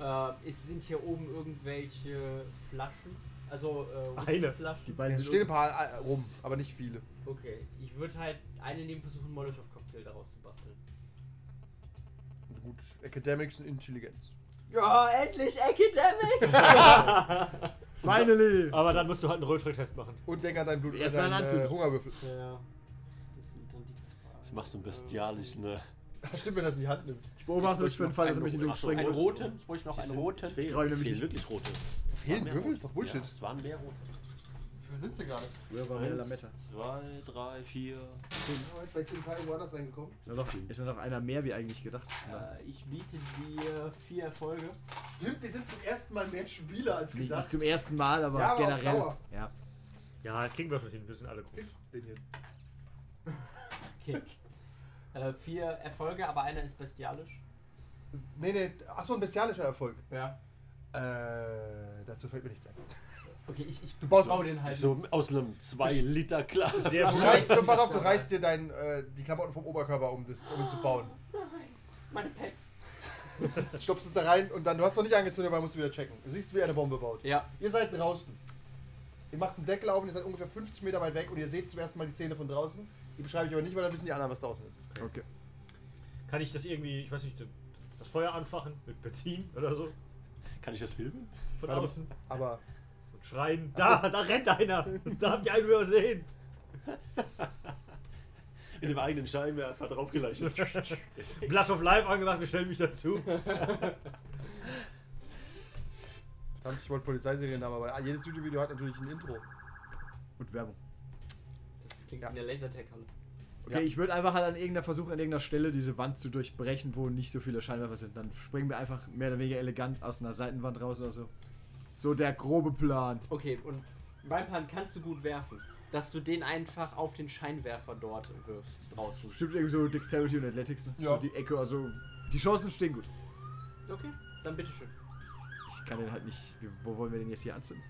[SPEAKER 6] Äh, es sind hier oben irgendwelche Flaschen. Also, äh,
[SPEAKER 4] Eine.
[SPEAKER 5] Die
[SPEAKER 6] Flaschen.
[SPEAKER 5] beiden
[SPEAKER 2] Es
[SPEAKER 5] sind
[SPEAKER 2] stehen ein paar äh, rum, aber nicht viele.
[SPEAKER 6] Okay. Ich würde halt eine nehmen, versuchen, Molotow-Cocktail daraus zu basteln.
[SPEAKER 2] Gut, Academics und Intelligenz.
[SPEAKER 6] Ja, endlich Academics!
[SPEAKER 5] Finally!
[SPEAKER 4] Aber dann musst du halt einen Rollschricktest machen.
[SPEAKER 2] Und denk an deinen Blut
[SPEAKER 5] Erstmal
[SPEAKER 2] deinen,
[SPEAKER 5] anzünden.
[SPEAKER 2] äh, Hungerwürfel.
[SPEAKER 6] ja. Das sind dann die zwei.
[SPEAKER 7] Das machst du bestialisch, ne?
[SPEAKER 2] Stimmt, wenn er das in die Hand nimmt.
[SPEAKER 5] Ich beobachte das für den Fall, dass er mich in die Luft
[SPEAKER 7] Achso,
[SPEAKER 5] sprengt.
[SPEAKER 6] Eine
[SPEAKER 7] Rotes,
[SPEAKER 6] rote?
[SPEAKER 7] oder?
[SPEAKER 6] Ich bräuchte noch
[SPEAKER 7] Es
[SPEAKER 6] eine
[SPEAKER 7] sind-
[SPEAKER 6] rote.
[SPEAKER 7] Es fehlen,
[SPEAKER 5] Trau ich
[SPEAKER 7] es
[SPEAKER 5] nämlich
[SPEAKER 7] fehlen wirklich rote. Es
[SPEAKER 2] Fehlen
[SPEAKER 7] waren mehr
[SPEAKER 2] Würfel?
[SPEAKER 7] rote.
[SPEAKER 2] Ist doch Bullshit.
[SPEAKER 7] Ja, es waren mehr rote.
[SPEAKER 2] Wie viel sind sie gerade?
[SPEAKER 5] Früher war mehr Lametta.
[SPEAKER 7] Eins, zwei, drei, vier.
[SPEAKER 2] Vielleicht sind ein paar woanders reingekommen.
[SPEAKER 5] Ist ja noch, ist ja noch einer mehr, wie eigentlich gedacht. Na,
[SPEAKER 6] Äh, ich biete dir vier Erfolge.
[SPEAKER 2] Stimmt, wir sind zum ersten Mal mehr Spieler als
[SPEAKER 5] Nicht,
[SPEAKER 2] gedacht.
[SPEAKER 5] nicht zum ersten Mal, aber,
[SPEAKER 2] Ja, aber auf
[SPEAKER 5] generell.
[SPEAKER 2] Dauer.
[SPEAKER 5] Ja.
[SPEAKER 4] Ja, kriegen wir schon hin. Wir sind alle groß.
[SPEAKER 2] Ist den hier.
[SPEAKER 6] Okay. äh, vier Erfolge, aber einer ist bestialisch.
[SPEAKER 2] Nee, nee, achso, ein bestialischer Erfolg.
[SPEAKER 6] Ja.
[SPEAKER 2] Äh, dazu fällt mir nichts ein.
[SPEAKER 6] Okay, ich, ich
[SPEAKER 2] baust-
[SPEAKER 6] baue den halt.
[SPEAKER 7] So aus einem 2-Liter-Glas.
[SPEAKER 4] Sehr
[SPEAKER 2] Du
[SPEAKER 4] gut.
[SPEAKER 2] reißt, pass auf, du reißt dir dein, äh, die Klamotten vom Oberkörper um, das, um ihn zu bauen.
[SPEAKER 6] Meine Packs.
[SPEAKER 2] Stopfst es da rein und dann, du hast noch nicht angezündet, weil musst du wieder checken. Du siehst, wie er eine Bombe baut.
[SPEAKER 6] Ja.
[SPEAKER 2] Ihr seid draußen. Ihr macht einen Deckel auf und ihr seid ungefähr 50 Meter weit weg und ihr seht zum ersten Mal die Szene von draußen. Die beschreibe ich aber nicht, weil dann wissen die anderen, was draußen ist.
[SPEAKER 5] Okay.
[SPEAKER 4] Kann ich das irgendwie, ich weiß nicht, das Feuer anfachen mit Benzin oder so?
[SPEAKER 7] Kann ich das filmen?
[SPEAKER 4] Von außen?
[SPEAKER 2] Aber
[SPEAKER 4] und schreien, da, da rennt einer. Da habt ihr einen übersehen.
[SPEAKER 7] In dem eigenen Scheinwerfer draufgeleuchtet.
[SPEAKER 4] Blush of Life angemacht, wir stellen mich dazu.
[SPEAKER 2] Verdammt, Ich wollte Polizeiserien haben, aber jedes YouTube-Video hat natürlich ein Intro.
[SPEAKER 5] Und Werbung.
[SPEAKER 6] Das klingt
[SPEAKER 2] Ja.
[SPEAKER 6] wie eine Lasertag-Halle.
[SPEAKER 5] Okay, ich würde einfach halt an irgendeiner Versuch, an irgendeiner Stelle diese Wand zu durchbrechen, wo nicht so viele Scheinwerfer sind. Dann springen wir einfach mehr oder weniger elegant aus einer Seitenwand raus oder so. So der grobe Plan.
[SPEAKER 6] Okay, und mein Plan kannst du gut werfen. Dass du den einfach auf den Scheinwerfer dort wirfst, draußen.
[SPEAKER 5] Bestimmt irgendwie so Dexterity und Athletics. Ne?
[SPEAKER 2] Ja.
[SPEAKER 5] So die Ecke, also die Chancen stehen gut.
[SPEAKER 6] Okay, dann bitteschön.
[SPEAKER 5] Ich kann den halt nicht. wie- Wo wollen wir den jetzt hier anzünden?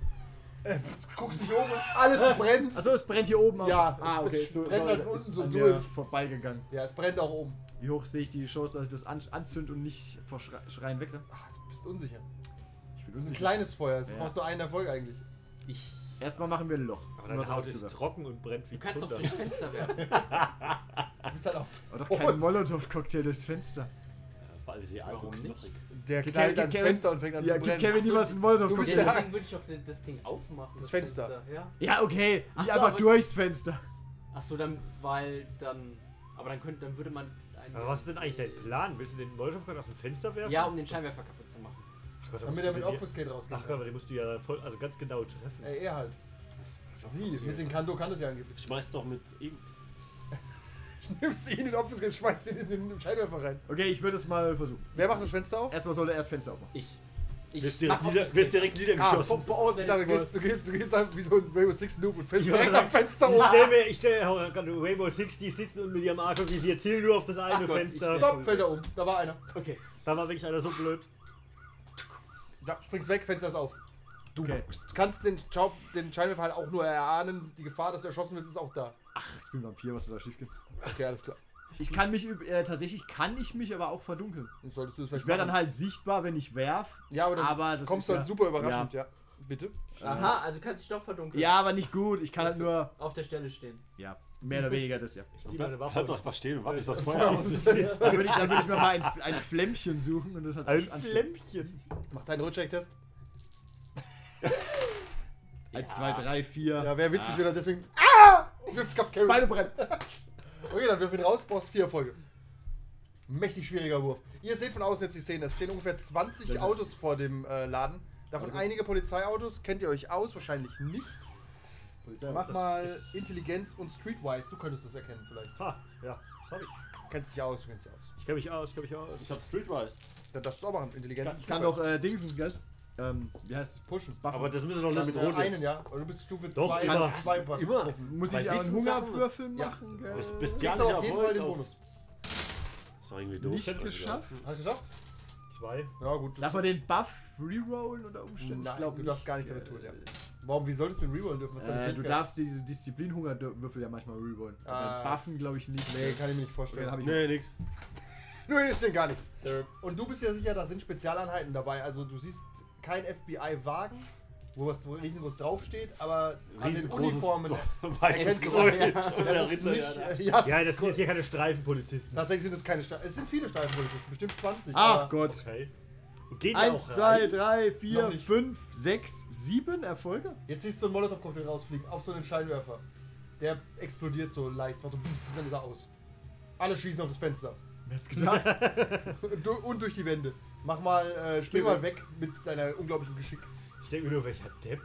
[SPEAKER 2] Guckst dich um und alles brennt.
[SPEAKER 5] Achso, es brennt hier oben auch.
[SPEAKER 2] Ja,
[SPEAKER 5] schon. ah,
[SPEAKER 2] es
[SPEAKER 5] okay.
[SPEAKER 2] brennt halt unten
[SPEAKER 5] ist
[SPEAKER 2] so
[SPEAKER 5] an
[SPEAKER 2] durch.
[SPEAKER 5] mir vorbeigegangen.
[SPEAKER 2] Ja, es brennt auch um. oben.
[SPEAKER 5] Wie hoch sehe ich die Chance, dass ich das an, anzünd und nicht vor Schre Schreien wegrenne?
[SPEAKER 2] Ah, du bist unsicher.
[SPEAKER 5] Ich bin
[SPEAKER 2] Das ist ein
[SPEAKER 5] unsicher.
[SPEAKER 2] kleines Feuer. Das
[SPEAKER 5] Ja.
[SPEAKER 2] brauchst du einen Erfolg eigentlich.
[SPEAKER 6] Ich.
[SPEAKER 5] Erstmal machen wir ein Loch,
[SPEAKER 4] Aber
[SPEAKER 5] um
[SPEAKER 4] dein
[SPEAKER 5] was
[SPEAKER 4] Haus ist
[SPEAKER 5] auszuwerfen.
[SPEAKER 4] trocken und brennt wie
[SPEAKER 6] Du kannst doch
[SPEAKER 4] Zunder.
[SPEAKER 6] durchs Fenster werfen.
[SPEAKER 2] Du bist halt auch.
[SPEAKER 5] Aber doch kein Molotow-Cocktail durchs Fenster.
[SPEAKER 7] Ja, Vor allem ist die
[SPEAKER 6] Warum
[SPEAKER 7] Alkohol
[SPEAKER 6] nicht?
[SPEAKER 7] knochig.
[SPEAKER 2] Der knallt halt ans
[SPEAKER 5] halt Kevin-
[SPEAKER 2] Fenster und fängt an
[SPEAKER 5] Ja,
[SPEAKER 2] zu
[SPEAKER 5] gib
[SPEAKER 2] brennen.
[SPEAKER 5] Kevin niemals einen Molotow
[SPEAKER 2] Du bist
[SPEAKER 6] Ja,
[SPEAKER 5] Cocktail.
[SPEAKER 2] der-
[SPEAKER 6] deswegen würde ich doch den- das Ding aufmachen.
[SPEAKER 2] Das Fenster.
[SPEAKER 6] Ja.
[SPEAKER 5] Ja, okay.
[SPEAKER 6] Ach
[SPEAKER 5] Nicht
[SPEAKER 6] so,
[SPEAKER 5] einfach
[SPEAKER 6] aber-
[SPEAKER 5] durchs Fenster.
[SPEAKER 6] Achso, dann, weil dann. Aber dann könnte, dann würde man. einen-
[SPEAKER 4] Aber was ist denn eigentlich dein Plan? Willst du den Molotow gerade aus dem Fenster werfen?
[SPEAKER 6] Ja, um den Scheinwerfer kaputt zu machen.
[SPEAKER 4] Ach Gott, da
[SPEAKER 2] Damit
[SPEAKER 4] musst
[SPEAKER 2] er
[SPEAKER 4] du
[SPEAKER 2] mit
[SPEAKER 4] den-
[SPEAKER 2] Obfuscate
[SPEAKER 4] Ach Gott,
[SPEAKER 2] rauskommt.
[SPEAKER 4] aber den musst du ja voll, also ganz genau treffen.
[SPEAKER 2] Ey, er halt. Sie, Miss Encanto kann das ja angeblich.
[SPEAKER 7] Schmeiß doch mit ihm.
[SPEAKER 2] Nimmst ihn in den Obfuscate, schmeißt ihn in den Scheinwerfer rein.
[SPEAKER 5] Okay, ich würde es mal versuchen.
[SPEAKER 2] Wer macht das Fenster auf?
[SPEAKER 5] Erstmal sollte er das Fenster aufmachen.
[SPEAKER 6] Ich. Ich.
[SPEAKER 7] Wirst direkt,
[SPEAKER 6] mach
[SPEAKER 7] nieder, wirst direkt
[SPEAKER 2] Ah,
[SPEAKER 7] niedergeschossen.
[SPEAKER 2] vor- vor Ort, ich dachte, du gehst, du, gehst, du gehst einfach wie so ein Rainbow Six Noob und fällst direkt am Fenster
[SPEAKER 4] Ich
[SPEAKER 2] hoch.
[SPEAKER 4] stell mir, ich stell mir gerade Rainbow Six, die sitzen und mit ihrem Arco, wie sie zielen nur auf das eine
[SPEAKER 6] Ach Gott,
[SPEAKER 4] Fenster.
[SPEAKER 6] ich-
[SPEAKER 2] Stopp, fällt er um. Da war einer.
[SPEAKER 6] Okay.
[SPEAKER 4] Da war wirklich einer so blöd.
[SPEAKER 2] Ja, springst weg, Fenster ist auf. Du
[SPEAKER 5] Okay.
[SPEAKER 2] kannst den, Schauf, den Scheinwerfer halt auch nur erahnen. Die Gefahr, dass du erschossen wirst, ist auch da.
[SPEAKER 5] Ich bin ein Vampir, was du da schief geht.
[SPEAKER 2] Okay, alles klar.
[SPEAKER 5] Ich kann mich, üb- äh, tatsächlich kann ich mich aber auch verdunkeln.
[SPEAKER 2] Dann solltest du das
[SPEAKER 5] Ich
[SPEAKER 2] vielleicht
[SPEAKER 5] wäre dann
[SPEAKER 2] machen.
[SPEAKER 5] halt sichtbar, wenn ich werf.
[SPEAKER 2] Ja, aber dann
[SPEAKER 5] aber das
[SPEAKER 2] kommst
[SPEAKER 5] ist
[SPEAKER 2] du halt
[SPEAKER 5] ja-
[SPEAKER 2] super überraschend, ja. Bitte?
[SPEAKER 6] Aha, also kannst dich doch verdunkeln.
[SPEAKER 5] Ja, aber nicht gut. Ich kann halt nur,
[SPEAKER 6] Auf der Stelle stehen.
[SPEAKER 5] ja, mehr oder weniger das, ja.
[SPEAKER 4] Ich zieh meine
[SPEAKER 7] Bleib,
[SPEAKER 4] Waffe. Äh,
[SPEAKER 7] bleib doch
[SPEAKER 4] und-
[SPEAKER 7] einfach stehen und warte, bis das Feuer aus ist.
[SPEAKER 5] Dann würde ich, dann würd ich mir mal ein, ein Flämmchen suchen und das halt
[SPEAKER 4] Ein
[SPEAKER 5] anstecken.
[SPEAKER 4] Flämmchen.
[SPEAKER 2] Mach deinen Rutscheck-Test.
[SPEAKER 5] 1, 2, 3, 4.
[SPEAKER 2] Ja, wäre witzig, wenn er deswegen. Ah! Wirft's Kopf, Kevin.
[SPEAKER 5] Beine brennen.
[SPEAKER 2] Okay, dann wirf ihn raus, brauchst vier Erfolge. Mächtig schwieriger Wurf. Ihr seht von außen jetzt die Szene. Es stehen ungefähr 20 Autos vor dem äh, Laden. Davon einige Polizeiautos. Kennt ihr euch aus? Wahrscheinlich nicht. Mach
[SPEAKER 4] das
[SPEAKER 2] mal
[SPEAKER 4] ist-
[SPEAKER 2] Intelligenz und Streetwise. Du könntest das erkennen vielleicht.
[SPEAKER 4] Ha, ja, das hab ich.
[SPEAKER 2] Du kennst dich aus, du kennst dich aus.
[SPEAKER 4] Ich kenn mich aus, ich kenn mich aus.
[SPEAKER 7] Ich hab Streetwise.
[SPEAKER 2] Dann darfst du auch machen. Intelligenz. und
[SPEAKER 5] Ich kann
[SPEAKER 2] Streetwise.
[SPEAKER 5] doch äh, Dingsen, gell? Ähm, wie heißt es?
[SPEAKER 2] pushen.
[SPEAKER 5] Buffen.
[SPEAKER 7] Aber das müssen wir
[SPEAKER 2] Dann,
[SPEAKER 7] noch mit
[SPEAKER 2] äh,
[SPEAKER 7] Rot
[SPEAKER 2] einen,
[SPEAKER 7] jetzt.
[SPEAKER 2] ja. Oder du bist Stufe
[SPEAKER 4] Doch,
[SPEAKER 2] 2.
[SPEAKER 4] immer.
[SPEAKER 7] Immer.
[SPEAKER 5] Muss
[SPEAKER 7] Bei
[SPEAKER 5] ich einen
[SPEAKER 7] Wissenssachen-
[SPEAKER 5] Hungerwürfel
[SPEAKER 2] Ja.
[SPEAKER 5] machen, gell?
[SPEAKER 7] Das
[SPEAKER 2] Du kriegst aber auf jeden Fall den Bonus.
[SPEAKER 7] Ist doch irgendwie doof.
[SPEAKER 5] nicht
[SPEAKER 7] Also,
[SPEAKER 5] geschafft.
[SPEAKER 2] Hast du geschafft?
[SPEAKER 4] Zwei.
[SPEAKER 2] Ja, gut. das-
[SPEAKER 5] Äh, Darf man den Buff rerollen unter Umständen?
[SPEAKER 2] Nein,
[SPEAKER 5] ich glaube
[SPEAKER 2] du darfst gar nichts damit tun, ja. Warum, wie solltest du ihn rerollen dürfen? Was ist deine
[SPEAKER 5] Äh, du
[SPEAKER 2] Fähigkeit?
[SPEAKER 5] darfst diese Disziplin-Hungerwürfel ja manchmal rerollen. Und
[SPEAKER 2] Ah.
[SPEAKER 5] beim Buffen glaube ich nicht.
[SPEAKER 2] Nee, kann ich mir nicht
[SPEAKER 5] Okay, dann
[SPEAKER 2] vorstellen.
[SPEAKER 5] hab ich
[SPEAKER 7] Nee, nix.
[SPEAKER 2] Nur ist denn gar nichts. Und du bist ja sicher, da sind Spezialeinheiten dabei. Also du siehst kein FBI-Wagen, wo was riesengroß draufsteht, aber an den
[SPEAKER 7] Riesengroßes
[SPEAKER 2] Uniformen.
[SPEAKER 7] weißes
[SPEAKER 2] Erkennst du-
[SPEAKER 7] Kreuz.
[SPEAKER 6] Ja.
[SPEAKER 7] oder
[SPEAKER 2] Das ist
[SPEAKER 7] Ritter,
[SPEAKER 2] nicht,
[SPEAKER 7] ja, da.
[SPEAKER 2] äh, ja,
[SPEAKER 4] Ja,
[SPEAKER 2] es-
[SPEAKER 4] das sind jetzt hier keine Streifenpolizisten.
[SPEAKER 2] tatsächlich sind es keine Streifen. Es sind viele Streifenpolizisten, bestimmt 20.
[SPEAKER 5] Ach
[SPEAKER 2] aber-
[SPEAKER 5] Gott.
[SPEAKER 4] Okay. Und gehen die
[SPEAKER 5] Eins,
[SPEAKER 4] auch
[SPEAKER 5] zwei,
[SPEAKER 4] rein?
[SPEAKER 5] drei,
[SPEAKER 2] Noch
[SPEAKER 5] vier,
[SPEAKER 2] nicht.
[SPEAKER 5] fünf, sechs, sieben Erfolge?
[SPEAKER 2] Jetzt siehst du einen Molotow-Cocktail rausfliegen auf so einen Scheinwerfer. Der explodiert so leicht, war so, pff, dann ist er aus. Alle schießen auf das Fenster.
[SPEAKER 5] Wer hätte gedacht?
[SPEAKER 2] Und, du- und durch die Wände. Mach mal, äh, spring mal weg mit deiner unglaublichen Geschick.
[SPEAKER 4] Ich denke mir nur, welcher Depp.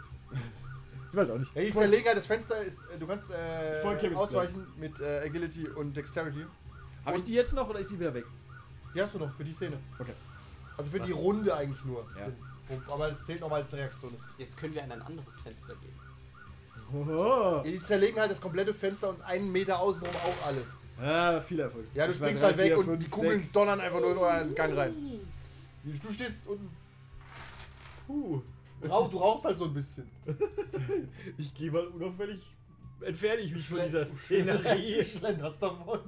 [SPEAKER 5] ich weiß auch nicht.
[SPEAKER 2] Ja, die Zerlegenheit des Fensters ist, äh, du kannst äh,
[SPEAKER 5] Voll Kevins
[SPEAKER 2] ausweichen mit äh, Agility und Dexterity.
[SPEAKER 5] Habe ich die jetzt noch oder ist die wieder weg?
[SPEAKER 2] Die hast du noch für die Szene.
[SPEAKER 5] Okay.
[SPEAKER 2] Also für die
[SPEAKER 5] Was?
[SPEAKER 2] Runde eigentlich nur.
[SPEAKER 5] Ja.
[SPEAKER 2] Den Punkt. Aber das zählt nochmal als eine Reaktion ist.
[SPEAKER 6] Jetzt können wir an ein anderes Fenster gehen.
[SPEAKER 5] Oho.
[SPEAKER 2] Ja, die zerlegen halt das komplette Fenster und einen Meter außenrum auch alles.
[SPEAKER 5] Ah, viele Erfolge.
[SPEAKER 2] Ja, du
[SPEAKER 5] Eins, zwei,
[SPEAKER 2] springst
[SPEAKER 5] drei,
[SPEAKER 2] halt weg
[SPEAKER 5] vier,
[SPEAKER 2] und
[SPEAKER 5] fünf,
[SPEAKER 2] die Kugeln
[SPEAKER 5] sechs.
[SPEAKER 2] donnern einfach nur in euren Gang rein. Du stehst unten.
[SPEAKER 4] Puh.
[SPEAKER 2] Rauch, du rauchst halt so ein bisschen.
[SPEAKER 4] Ich gehe mal unauffällig, entferne ich mich von
[SPEAKER 2] Schle-
[SPEAKER 4] dieser Szenerie.
[SPEAKER 2] Schlenderst davon.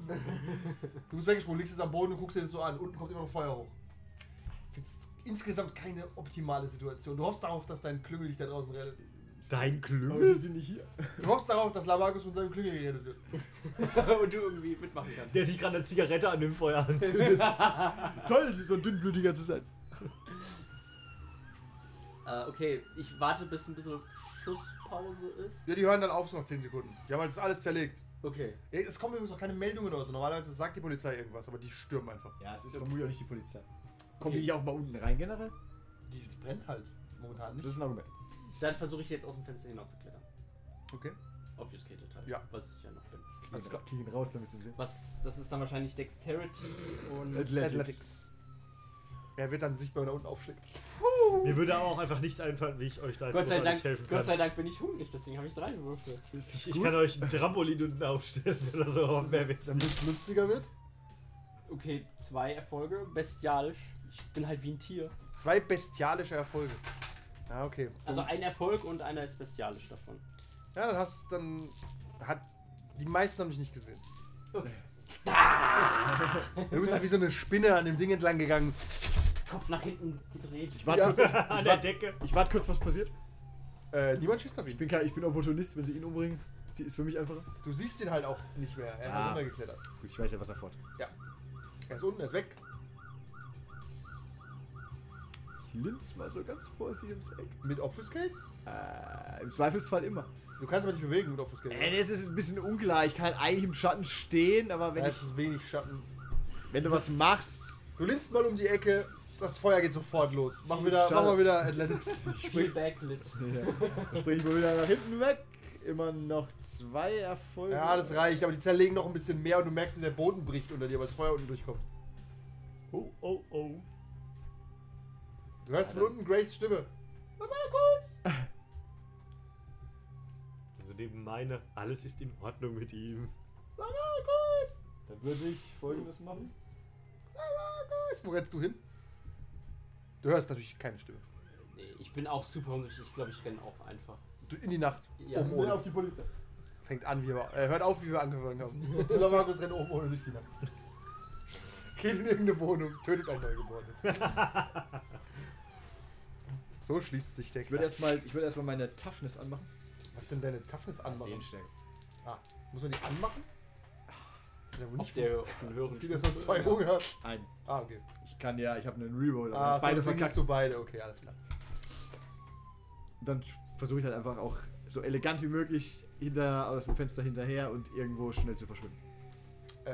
[SPEAKER 2] Du bist weggesprungen, liegst jetzt am Boden und guckst dir das so an. Unten kommt immer noch Feuer hoch. Ich find's insgesamt keine optimale Situation. Du hoffst darauf, dass dein Klüngel dich da draußen rettet.
[SPEAKER 4] Dein
[SPEAKER 5] Aber die
[SPEAKER 4] Klüngel?
[SPEAKER 5] sind nicht hier.
[SPEAKER 2] Du hoffst darauf, dass Labakus von seinem Klüngel gerettet wird.
[SPEAKER 6] Und du irgendwie mitmachen kannst.
[SPEAKER 4] Der sich gerade eine Zigarette an dem Feuer anzündet.
[SPEAKER 5] Toll, so ein dünnblütiger zu sein.
[SPEAKER 6] Äh, okay, ich warte, bis ein bisschen Schusspause ist.
[SPEAKER 2] Ja, die hören dann auf, so nach 10 Sekunden. Die haben halt das alles zerlegt.
[SPEAKER 6] Okay.
[SPEAKER 2] Ja, Es kommen übrigens auch keine Meldungen oder so. Normalerweise sagt die Polizei irgendwas, aber die stürmen einfach.
[SPEAKER 5] Ja, es ist vermutlich auch nicht die Polizei. Kommen
[SPEAKER 6] Okay.
[SPEAKER 5] die nicht auch mal unten rein generell?
[SPEAKER 2] Die, es brennt halt momentan
[SPEAKER 5] Das ist ein Argument.
[SPEAKER 6] Dann versuche ich jetzt aus dem Fenster hinauszuklettern.
[SPEAKER 2] Okay.
[SPEAKER 6] Obfuscated halt.
[SPEAKER 2] Ja.
[SPEAKER 6] Was ich ja noch bin.
[SPEAKER 5] Alles klar. Kriegen Also, raus, damit sie sehen.
[SPEAKER 6] Was, das ist dann wahrscheinlich Dexterity
[SPEAKER 2] Äh,
[SPEAKER 6] und.
[SPEAKER 5] Athletics.
[SPEAKER 2] Er wird dann sichtbar, wenn er unten aufschlägt.
[SPEAKER 4] Mir würde auch einfach nichts einfallen, wie ich euch da jetzt
[SPEAKER 6] Gott sei,
[SPEAKER 4] großartig
[SPEAKER 6] Dank,
[SPEAKER 4] helfen kann.
[SPEAKER 6] Gott sei Dank bin ich hungrig, deswegen habe ich drei Würfel.
[SPEAKER 5] Das ist
[SPEAKER 4] Ich
[SPEAKER 5] gut.
[SPEAKER 4] kann euch ein Trampolin unten aufstellen oder so, aber mehr wird's
[SPEAKER 2] Damit
[SPEAKER 4] nicht.
[SPEAKER 2] es lustiger wird.
[SPEAKER 6] Okay, zwei Erfolge, bestialisch. Ich bin halt wie ein Tier.
[SPEAKER 2] Zwei bestialische Erfolge. Ja, okay.
[SPEAKER 6] Also ein Erfolg und einer ist bestialisch davon.
[SPEAKER 2] Ja, dann hast dann hat die meisten haben dich nicht gesehen.
[SPEAKER 6] Okay.
[SPEAKER 2] Du bist halt wie so eine Spinne an dem Ding entlang gegangen.
[SPEAKER 6] Kopf nach hinten gedreht.
[SPEAKER 5] Ich warte kurz,
[SPEAKER 4] An der Decke.
[SPEAKER 5] ich warte kurz, was passiert.
[SPEAKER 2] Äh, niemand schießt auf
[SPEAKER 5] Ich
[SPEAKER 2] ihn.
[SPEAKER 5] bin, kein- ich bin Opportunist, wenn sie ihn umbringen. Sie ist für mich einfacher.
[SPEAKER 2] Du siehst ihn halt auch nicht mehr. Er ist halt
[SPEAKER 5] Ah.
[SPEAKER 2] runtergeklettert.
[SPEAKER 5] Gut, ich weiß ja, was er fort.
[SPEAKER 2] Er ist unten, er ist weg.
[SPEAKER 5] Ich linz mal so ganz vorsichtig ums Eck.
[SPEAKER 2] Mit Obfuscate?
[SPEAKER 5] Äh, Im Zweifelsfall immer.
[SPEAKER 2] Du kannst aber nicht bewegen mit Obfuscate.
[SPEAKER 5] Äh, das ist ein bisschen unklar. Ich kann halt eigentlich im Schatten stehen, aber wenn,
[SPEAKER 2] Da
[SPEAKER 5] ich,
[SPEAKER 2] ist wenig Schatten.
[SPEAKER 5] wenn du was machst,
[SPEAKER 2] Du linst mal um die Ecke. Das Feuer geht sofort los. Mach wieder,
[SPEAKER 5] Schade.
[SPEAKER 2] mach mal wieder Athletics.
[SPEAKER 6] Viel backlit.
[SPEAKER 5] ja, dann springe ich mal wieder nach hinten weg. Immer noch zwei Erfolge.
[SPEAKER 2] Ja, das reicht, aber die zerlegen noch ein bisschen mehr und du merkst, wie der Boden bricht unter dir, weil das Feuer unten durchkommt.
[SPEAKER 4] Oh, oh, oh.
[SPEAKER 2] Du hörst von unten Grace Stimme.
[SPEAKER 4] Also neben meiner, alles ist in Ordnung mit ihm.
[SPEAKER 5] Dann würde ich folgendes machen.
[SPEAKER 2] Grace, wo rennst du hin? Du hörst natürlich keine Stimme.
[SPEAKER 6] Nee, ich bin auch super hungrig. Ich glaube, ich renne auch einfach.
[SPEAKER 2] Du- In die Nacht.
[SPEAKER 6] Ja.
[SPEAKER 2] oben ohne.
[SPEAKER 5] die Polizei.
[SPEAKER 2] Fängt an, wie wir. Äh, hört auf, wie wir angefangen haben. Oder Markus rennt oben ohne durch die Nacht. Geht in irgendeine Wohnung, tötet ein Neugeborenes. so schließt sich der
[SPEAKER 5] Ich würde
[SPEAKER 2] Kreis.
[SPEAKER 5] erstmal würd erstmal meine Toughness anmachen.
[SPEAKER 2] Was ist denn deine Toughness anmachen? Ah, muss man die anmachen? Das ist ja wohl
[SPEAKER 6] Auf
[SPEAKER 2] nicht
[SPEAKER 6] der auf den höheren
[SPEAKER 2] Es gibt
[SPEAKER 6] Stufe.
[SPEAKER 2] erstmal zwei Hunger.
[SPEAKER 5] Ein.
[SPEAKER 2] Ah, okay.
[SPEAKER 5] Ich kann ja, ich habe einen Reroll. aber
[SPEAKER 2] Ah,
[SPEAKER 5] beide
[SPEAKER 2] so, deswegen
[SPEAKER 5] verkackt.
[SPEAKER 2] nimmst du beide, okay, alles klar.
[SPEAKER 5] dann versuche ich halt einfach auch so elegant wie möglich hinter, aus dem Fenster hinterher und irgendwo schnell zu verschwinden.
[SPEAKER 2] Äh,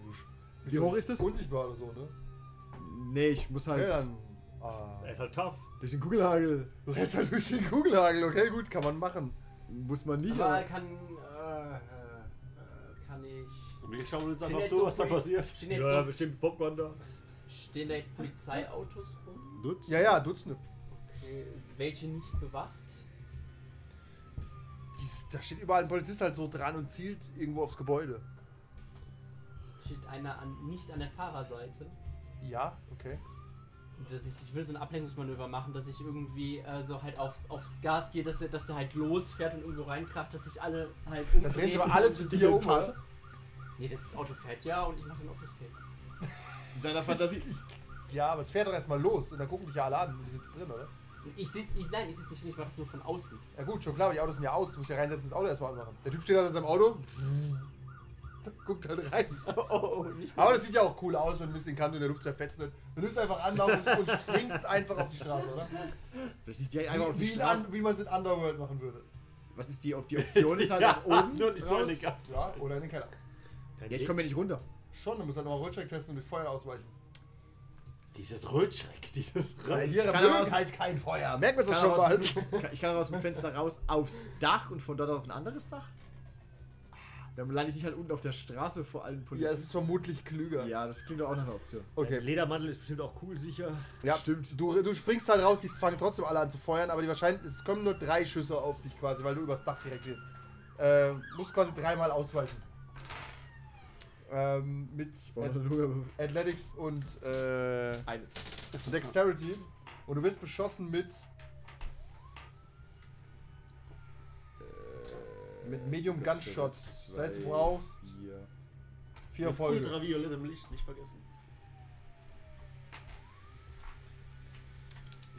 [SPEAKER 2] du sch- bist
[SPEAKER 5] Wie
[SPEAKER 2] du
[SPEAKER 5] hoch ist das?
[SPEAKER 2] Unsichtbar oder so, ne?
[SPEAKER 5] Nee, ich muss
[SPEAKER 2] Okay,
[SPEAKER 5] halt
[SPEAKER 2] dann. Ah.
[SPEAKER 4] Alter, halt tough.
[SPEAKER 5] durch den Kugelhagel.
[SPEAKER 2] Du rennst halt durch den Kugelhagel, okay, gut, kann man machen.
[SPEAKER 5] Muss man nicht,
[SPEAKER 6] Aber
[SPEAKER 5] aber
[SPEAKER 6] kann. Äh, äh, kann ich.
[SPEAKER 7] Wir schauen uns
[SPEAKER 6] Stehen
[SPEAKER 7] einfach
[SPEAKER 6] jetzt
[SPEAKER 7] zu,
[SPEAKER 6] so
[SPEAKER 7] was da
[SPEAKER 6] Poli-
[SPEAKER 7] passiert.
[SPEAKER 6] Stehen,
[SPEAKER 4] Ja,
[SPEAKER 6] jetzt
[SPEAKER 4] bestimmt Popcorn da.
[SPEAKER 6] so, stehen da jetzt Polizeiautos rum?
[SPEAKER 7] Nutz.
[SPEAKER 2] Ja, ja, Dutzende.
[SPEAKER 6] Okay. Welche nicht bewacht?
[SPEAKER 2] Dies, da steht überall ein Polizist halt so dran und zielt irgendwo aufs Gebäude.
[SPEAKER 6] Steht einer an, nicht an der Fahrerseite?
[SPEAKER 2] Ja, okay.
[SPEAKER 6] Dass ich, ich will so ein Ablenkungsmanöver machen, dass ich irgendwie äh, so halt aufs, aufs Gas gehe, dass, er- dass der halt losfährt und irgendwo reinkracht, dass sich alle halt umdrehen.
[SPEAKER 2] Dann drehen sie aber alle zu
[SPEAKER 5] Die
[SPEAKER 2] dir um.
[SPEAKER 5] Pater?
[SPEAKER 2] oder?
[SPEAKER 6] Nee, das Auto fährt ja und ich mache den Obfuscate.
[SPEAKER 5] in seiner Fantasie.
[SPEAKER 2] Ja, aber es fährt doch erstmal los und dann gucken dich ja alle an. Du sitzt drin, oder?
[SPEAKER 6] Ich sitz, ich, nein, ich sitze nicht drin, ich mache das nur von außen.
[SPEAKER 2] Ja, gut, schon klar, aber die Autos sind ja aus. Du musst ja reinsetzen, das Auto erstmal anmachen. Der Typ steht halt in seinem Auto. Guckt halt rein.
[SPEAKER 6] Oh, oh, oh nicht
[SPEAKER 2] Aber das sieht ja auch cool aus, wenn ein bisschen Kanto in der Luft zerfetzt wird. Du nimmst einfach Anlauf und, und springst einfach auf die Straße, oder?
[SPEAKER 5] Vielleicht nicht direkt einfach auf die
[SPEAKER 2] wie, in
[SPEAKER 5] Straße.
[SPEAKER 2] An- wie man es in Underworld machen würde.
[SPEAKER 5] Was ist die, Op- die Option? Ist halt nach oben.
[SPEAKER 7] Nur nicht so
[SPEAKER 5] raus.
[SPEAKER 7] elegant.
[SPEAKER 2] Ja, oder in den Keller.
[SPEAKER 4] Dann
[SPEAKER 5] Ja, ich
[SPEAKER 4] leg-
[SPEAKER 5] komme ja nicht runter.
[SPEAKER 2] Schon, du musst halt nochmal Rollcheck testen und mit Feuer ausweichen.
[SPEAKER 7] Dieses Rötschreck, dieses
[SPEAKER 2] Weil
[SPEAKER 7] Rötschreck.
[SPEAKER 2] hier
[SPEAKER 5] kann
[SPEAKER 2] mögen
[SPEAKER 5] aber aus-
[SPEAKER 2] halt kein Feuer. Merken wir
[SPEAKER 5] Ich
[SPEAKER 2] das
[SPEAKER 5] kann,
[SPEAKER 2] schon
[SPEAKER 5] aber
[SPEAKER 2] mal.
[SPEAKER 5] aus, ich kann aber aus dem Fenster raus aufs Dach und von dort auf ein anderes Dach. Dann lande ich nicht halt unten auf der Straße vor allen
[SPEAKER 2] Ja, es ist
[SPEAKER 5] Polizisten.
[SPEAKER 2] vermutlich klüger.
[SPEAKER 5] Ja, das klingt doch auch nach einer Option.
[SPEAKER 4] Der
[SPEAKER 2] Okay.
[SPEAKER 4] Ledermantel ist bestimmt auch kugelsicher.
[SPEAKER 2] Ja,
[SPEAKER 5] Stimmt.
[SPEAKER 2] Du, du springst halt raus, die fangen trotzdem alle an zu feuern, aber die wahrscheinlich, es kommen nur drei Schüsse auf dich quasi, weil du übers Dach direkt gehst. Ähm, musst quasi dreimal ausweichen. Ähm, mit
[SPEAKER 5] Wollen wir
[SPEAKER 2] At
[SPEAKER 5] nur
[SPEAKER 2] Athletics und äh,
[SPEAKER 5] eine.
[SPEAKER 2] Dexterity. Und du wirst beschossen mit. Mit Medium Gunshot. Das heißt, du brauchst
[SPEAKER 5] Vier.
[SPEAKER 2] vier
[SPEAKER 7] Mit
[SPEAKER 2] Erfolge.
[SPEAKER 7] ultraviolettem Licht, nicht vergessen.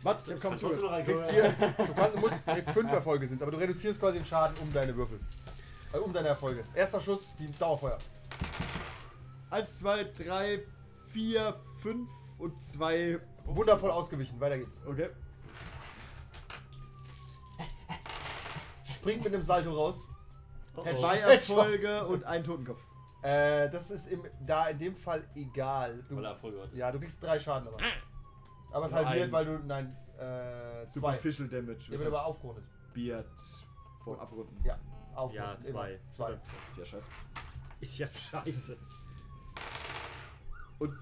[SPEAKER 2] Was?
[SPEAKER 7] Ich
[SPEAKER 2] Ich hab
[SPEAKER 7] kann trotzdem noch
[SPEAKER 2] Du kriegst
[SPEAKER 7] reinkommen.
[SPEAKER 2] vier, du, kannst, du musst nee, fünf Erfolge sind, aber du reduzierst quasi den Schaden um deine Würfel. Äh, um deine Erfolge. Erster Schuss, die Dauerfeuer.
[SPEAKER 5] Eins, zwei, drei, vier, fünf und zwei.
[SPEAKER 2] Wundervoll ausgewichen, weiter geht's.
[SPEAKER 5] Okay.
[SPEAKER 2] springt mit einem Salto raus.
[SPEAKER 4] Oh.
[SPEAKER 5] Zwei
[SPEAKER 2] Headshot.
[SPEAKER 5] Erfolge und einen Totenkopf.
[SPEAKER 2] Äh, das ist im, da in dem Fall egal. Du,
[SPEAKER 7] Weil er Erfolg hatte.
[SPEAKER 2] ja, du kriegst drei Schaden aber. Aber es ist
[SPEAKER 5] Nein.
[SPEAKER 2] halbiert, weil du. Nein, äh, zwei.
[SPEAKER 5] Superficial Damage.
[SPEAKER 2] Der wird aber aufgerundet.
[SPEAKER 5] Biert vor Abrunden.
[SPEAKER 2] Ja, aufgerundet.
[SPEAKER 4] Ja, zwei.
[SPEAKER 2] Immer. Zwei.
[SPEAKER 5] Ist ja scheiße.
[SPEAKER 4] Ist ja scheiße.
[SPEAKER 5] Und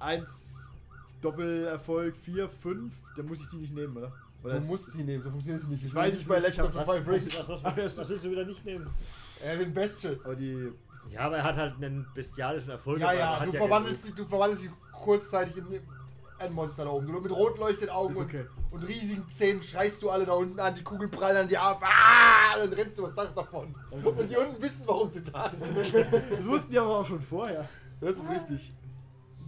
[SPEAKER 5] eins Doppelerfolg, vier, fünf, dann muss ich die nicht nehmen, oder? oder
[SPEAKER 2] Du
[SPEAKER 5] ist-
[SPEAKER 2] musst sie nehmen, so funktioniert es nicht. Ich
[SPEAKER 5] weiß
[SPEAKER 2] weiß nicht
[SPEAKER 5] es
[SPEAKER 2] bei
[SPEAKER 5] nicht,
[SPEAKER 2] Legend of the
[SPEAKER 4] Was,
[SPEAKER 2] Five Rings.
[SPEAKER 4] was, was,
[SPEAKER 5] Ach, ja,
[SPEAKER 4] was,
[SPEAKER 5] stimmt.
[SPEAKER 4] was willst du wieder nicht nehmen?
[SPEAKER 2] Erwin Bestial.
[SPEAKER 5] Aber die.
[SPEAKER 4] Ja, aber er hat halt einen bestialischen Erfolg.
[SPEAKER 2] Ja,
[SPEAKER 4] aber er
[SPEAKER 2] ja,
[SPEAKER 4] hat
[SPEAKER 2] du
[SPEAKER 4] keinen
[SPEAKER 2] verwandelst, dich, du verwandelst dich kurzzeitig in ein Monster da oben. Nur mit rot leuchtenden Augen
[SPEAKER 5] Ist okay.
[SPEAKER 2] und, und riesigen Zähnen schreist du alle da unten an, die Kugeln prallen an dir ab. Ah, dann rennst du was Dach davon. Und die unten wissen, warum sie da sind.
[SPEAKER 5] Das wussten die aber auch schon vorher.
[SPEAKER 2] Das ist richtig.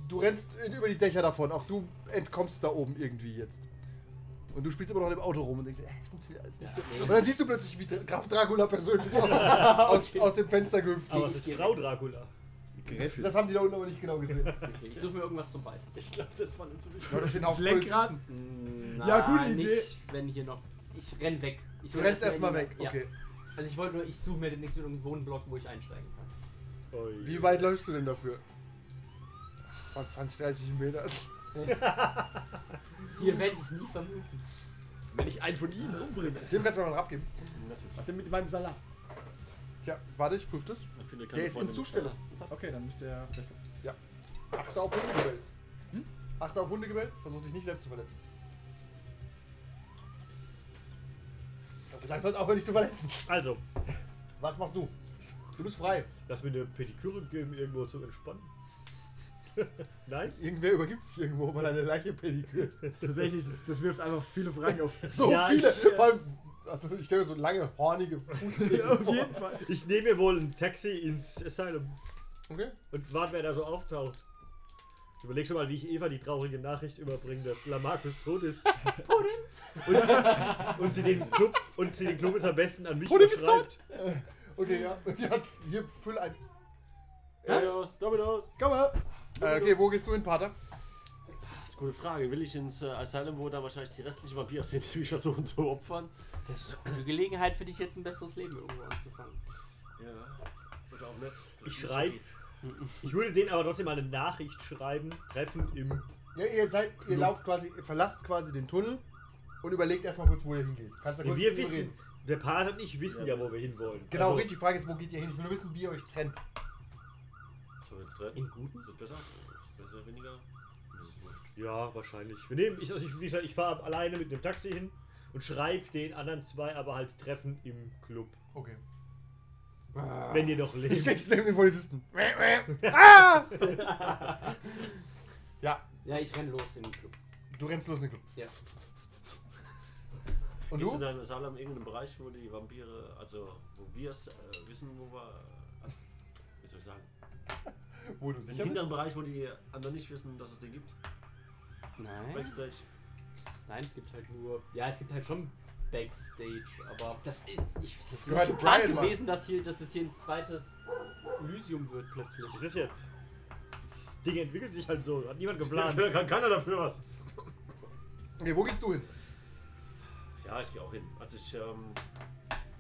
[SPEAKER 2] Du rennst in- über die Dächer davon. Auch du entkommst da oben irgendwie jetzt. Und du spielst immer noch in dem Auto rum und denkst, es funktioniert alles nicht so. Und dann siehst du plötzlich, wie Dra- Graf Dracula persönlich aus, aus, aus dem Fenster gehüpft
[SPEAKER 4] Aber
[SPEAKER 2] ist.
[SPEAKER 4] es ist Frau Dracula.
[SPEAKER 2] Das, das haben die da unten aber nicht genau gesehen.
[SPEAKER 6] Okay, ich suche mir irgendwas zum Beißen.
[SPEAKER 7] Ich glaube, das war eine ziemlich
[SPEAKER 2] Ja, da stehen
[SPEAKER 5] Das
[SPEAKER 2] auch
[SPEAKER 5] Lenkrad.
[SPEAKER 2] Polizisten.
[SPEAKER 6] Na,
[SPEAKER 5] Ja, gute Idee.
[SPEAKER 6] Nicht, wenn hier noch. Ich renn weg. Ich
[SPEAKER 2] Du
[SPEAKER 6] will
[SPEAKER 2] rennst
[SPEAKER 6] das
[SPEAKER 2] erstmal
[SPEAKER 6] Handy-
[SPEAKER 2] weg.
[SPEAKER 6] Ja.
[SPEAKER 2] Okay.
[SPEAKER 6] Also ich wollte nur, ich suche mir demnächst mit irgendeinem Wohnblock, wo ich einsteigen kann.
[SPEAKER 4] Ui.
[SPEAKER 2] Wie weit läufst du denn dafür? 20, 30 Meter.
[SPEAKER 6] Ihr werdet es nie vermuten.
[SPEAKER 5] Wenn ich einen von ihnen umbringe.
[SPEAKER 2] Dem kannst du mal noch abgeben.
[SPEAKER 5] Was denn mit meinem Salat?
[SPEAKER 2] Tja, warte, ich prüfe das. Der ist in Zusteller.
[SPEAKER 5] Okay, dann müsste er. vielleicht-
[SPEAKER 2] Achte auf Hundegebell. Achte auf Hundegebell. Versuch dich nicht selbst zu verletzen. Du sagst sonst auch nicht zu verletzen.
[SPEAKER 4] Also,
[SPEAKER 2] Was machst du? Du bist frei.
[SPEAKER 4] lass mir eine Pediküre geben, irgendwo zum Entspannen. Nein?
[SPEAKER 2] Irgendwer übergibt sich irgendwo, weil er eine Leiche pedikürt.
[SPEAKER 5] Tatsächlich, das, das wirft einfach viele Fragen auf.
[SPEAKER 2] So
[SPEAKER 4] Ja,
[SPEAKER 2] viele.
[SPEAKER 4] ich, äh,
[SPEAKER 2] Vor allem, also ich stelle mir so lange, hornige Fußwege
[SPEAKER 5] auf
[SPEAKER 2] vor.
[SPEAKER 5] jeden Fall.
[SPEAKER 4] Ich nehme mir wohl ein Taxi ins Asylum
[SPEAKER 2] Okay.
[SPEAKER 4] und warte, wer da so auftaucht. Ich überleg schon mal, wie ich Eva die traurige Nachricht überbringe, dass Lamarcus tot ist. und, und sie den Club und sie den Club ist am besten an mich
[SPEAKER 2] Pudim ist
[SPEAKER 4] verschreibt.
[SPEAKER 2] Okay, ja. ja hier, füll ein.
[SPEAKER 7] Dominos, Dominos.
[SPEAKER 2] Komm mal. Äh, okay, wo gehst du hin, Pater?
[SPEAKER 7] Das ist eine gute Frage. Will ich ins äh, Asylum, wo dann wahrscheinlich die restlichen Vampirs sind, die mich versuchen zu opfern?
[SPEAKER 6] Das ist eine gute Gelegenheit für dich jetzt ein besseres Leben irgendwo anzufangen.
[SPEAKER 7] Ja. Oder auch nicht.
[SPEAKER 4] Ich schreibe. Ich würde denen aber trotzdem mal eine Nachricht schreiben, treffen im.
[SPEAKER 2] Ja, ihr seid, ihr lauft quasi, ihr verlasst quasi den Tunnel und überlegt erstmal kurz, wo ihr hingeht. Kannst du kurz
[SPEAKER 4] Wir
[SPEAKER 2] mit ihm
[SPEAKER 4] wissen, der Pater und ich wissen ja, wo wir hinwollen.
[SPEAKER 2] Genau,
[SPEAKER 4] Also,
[SPEAKER 2] richtig. Die Frage ist, wo geht ihr hin? Ich will nur wissen, wie ihr euch trennt.
[SPEAKER 7] Sollen wir uns treffen?
[SPEAKER 6] In guten?
[SPEAKER 7] Ist es besser? Ist es besser, weniger? Das ist wurscht.
[SPEAKER 4] Ja, wahrscheinlich. Wir nehmen, ich, also ich, wie gesagt, ich fahre alleine mit dem Taxi hin und schreibe den anderen zwei aber halt Treffen im Club.
[SPEAKER 2] Okay.
[SPEAKER 6] Ah.
[SPEAKER 2] Ah.
[SPEAKER 4] Wenn ihr noch
[SPEAKER 2] Ich
[SPEAKER 4] lebt.
[SPEAKER 2] stehst neben den Polizisten. ja,
[SPEAKER 6] Ja, ich renn los in den Club.
[SPEAKER 2] du rennst los in den Club.
[SPEAKER 6] Ja.
[SPEAKER 2] Und
[SPEAKER 7] Geht's in
[SPEAKER 2] du?
[SPEAKER 7] einem Asylum irgendeinem Bereich, wo die Vampire, also wo wir es äh, wissen, wo wir. Äh, wie soll ich sagen?
[SPEAKER 2] Wo du
[SPEAKER 7] Im
[SPEAKER 2] sicher bist?
[SPEAKER 7] hinteren Bereich, wo die anderen nicht wissen, dass es den gibt.
[SPEAKER 6] Nein.
[SPEAKER 7] Backstage.
[SPEAKER 6] Nein, es gibt halt nur. Ja, es gibt halt schon Backstage, aber das ist. Ich, das ist
[SPEAKER 2] gehört
[SPEAKER 6] nicht geplant
[SPEAKER 2] Brian, Mann.
[SPEAKER 6] gewesen, dass, hier, dass es hier ein zweites Elysium wird plötzlich.
[SPEAKER 4] Was ist jetzt? Das Ding entwickelt sich halt so. Hat niemand geplant.
[SPEAKER 7] kann keiner dafür was.
[SPEAKER 2] Okay, wo gehst du hin?
[SPEAKER 7] Ja, ich gehe auch hin. Also ich. Ähm,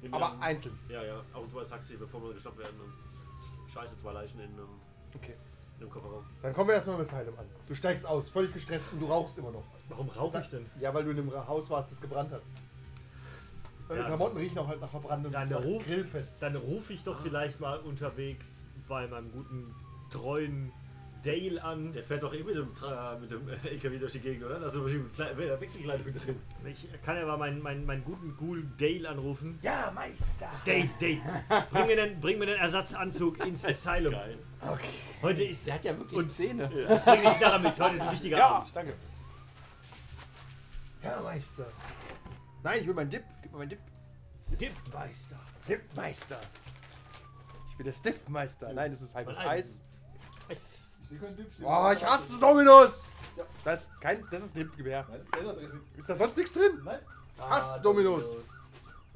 [SPEAKER 7] nehm
[SPEAKER 2] Aber
[SPEAKER 7] dann-
[SPEAKER 2] einzeln.
[SPEAKER 7] Ja, ja. Auch zwei Taxi, bevor wir gestoppt werden. Und scheiße, zwei Leichen in einem,
[SPEAKER 2] Okay.
[SPEAKER 7] in einem Kofferraum.
[SPEAKER 2] Dann kommen wir erstmal im Asylum an. Du steigst aus, völlig gestresst und du rauchst immer noch.
[SPEAKER 4] Warum rauche ich denn?
[SPEAKER 2] Ja, weil du in einem Ra- Haus warst, das gebrannt hat. Deine
[SPEAKER 4] Ja.
[SPEAKER 2] Klamotten riechen auch halt nach verbranntem
[SPEAKER 4] Dein
[SPEAKER 2] nach
[SPEAKER 4] Ruf.
[SPEAKER 2] Grillfest.
[SPEAKER 4] Dann rufe ich doch vielleicht mal unterwegs bei meinem guten, treuen Dale an.
[SPEAKER 7] Der fährt doch eh mit dem, Tra- mit dem äh, LKW durch die Gegend, oder? Da sind bestimmt Kle- äh, Wechselkleidung drin.
[SPEAKER 4] Ich kann ja mal meinen, meinen, meinen guten Ghoul Dale anrufen.
[SPEAKER 2] Ja, Meister!
[SPEAKER 4] Dale, Dale, bring mir den, bring mir den Ersatzanzug ins Asylum.
[SPEAKER 7] Geil.
[SPEAKER 4] Heute ist
[SPEAKER 6] Der hat ja wirklich
[SPEAKER 4] Und-
[SPEAKER 6] Szene.
[SPEAKER 4] Bring dich daran mit, heute ist ein wichtiger
[SPEAKER 2] Ja,
[SPEAKER 4] Abend.
[SPEAKER 2] danke. Ja, Meister. Nein, ich will meinen Dip. Gib mir meinen Dip.
[SPEAKER 4] Tipp.
[SPEAKER 2] Meister. Dip Meister. Ich bin der Stiftmeister. Nein, das ist halt
[SPEAKER 4] Von
[SPEAKER 2] das Eis.
[SPEAKER 5] Sie können Dip stehen.
[SPEAKER 2] Boah, ich hasse Dominos! Das ist kein. Das ist Dip-Gewehr.
[SPEAKER 5] Nein, das ist Cäsar-Dressing.
[SPEAKER 2] Ist da sonst nichts drin?
[SPEAKER 5] Nein.
[SPEAKER 6] Ah,
[SPEAKER 2] Hass Dominos.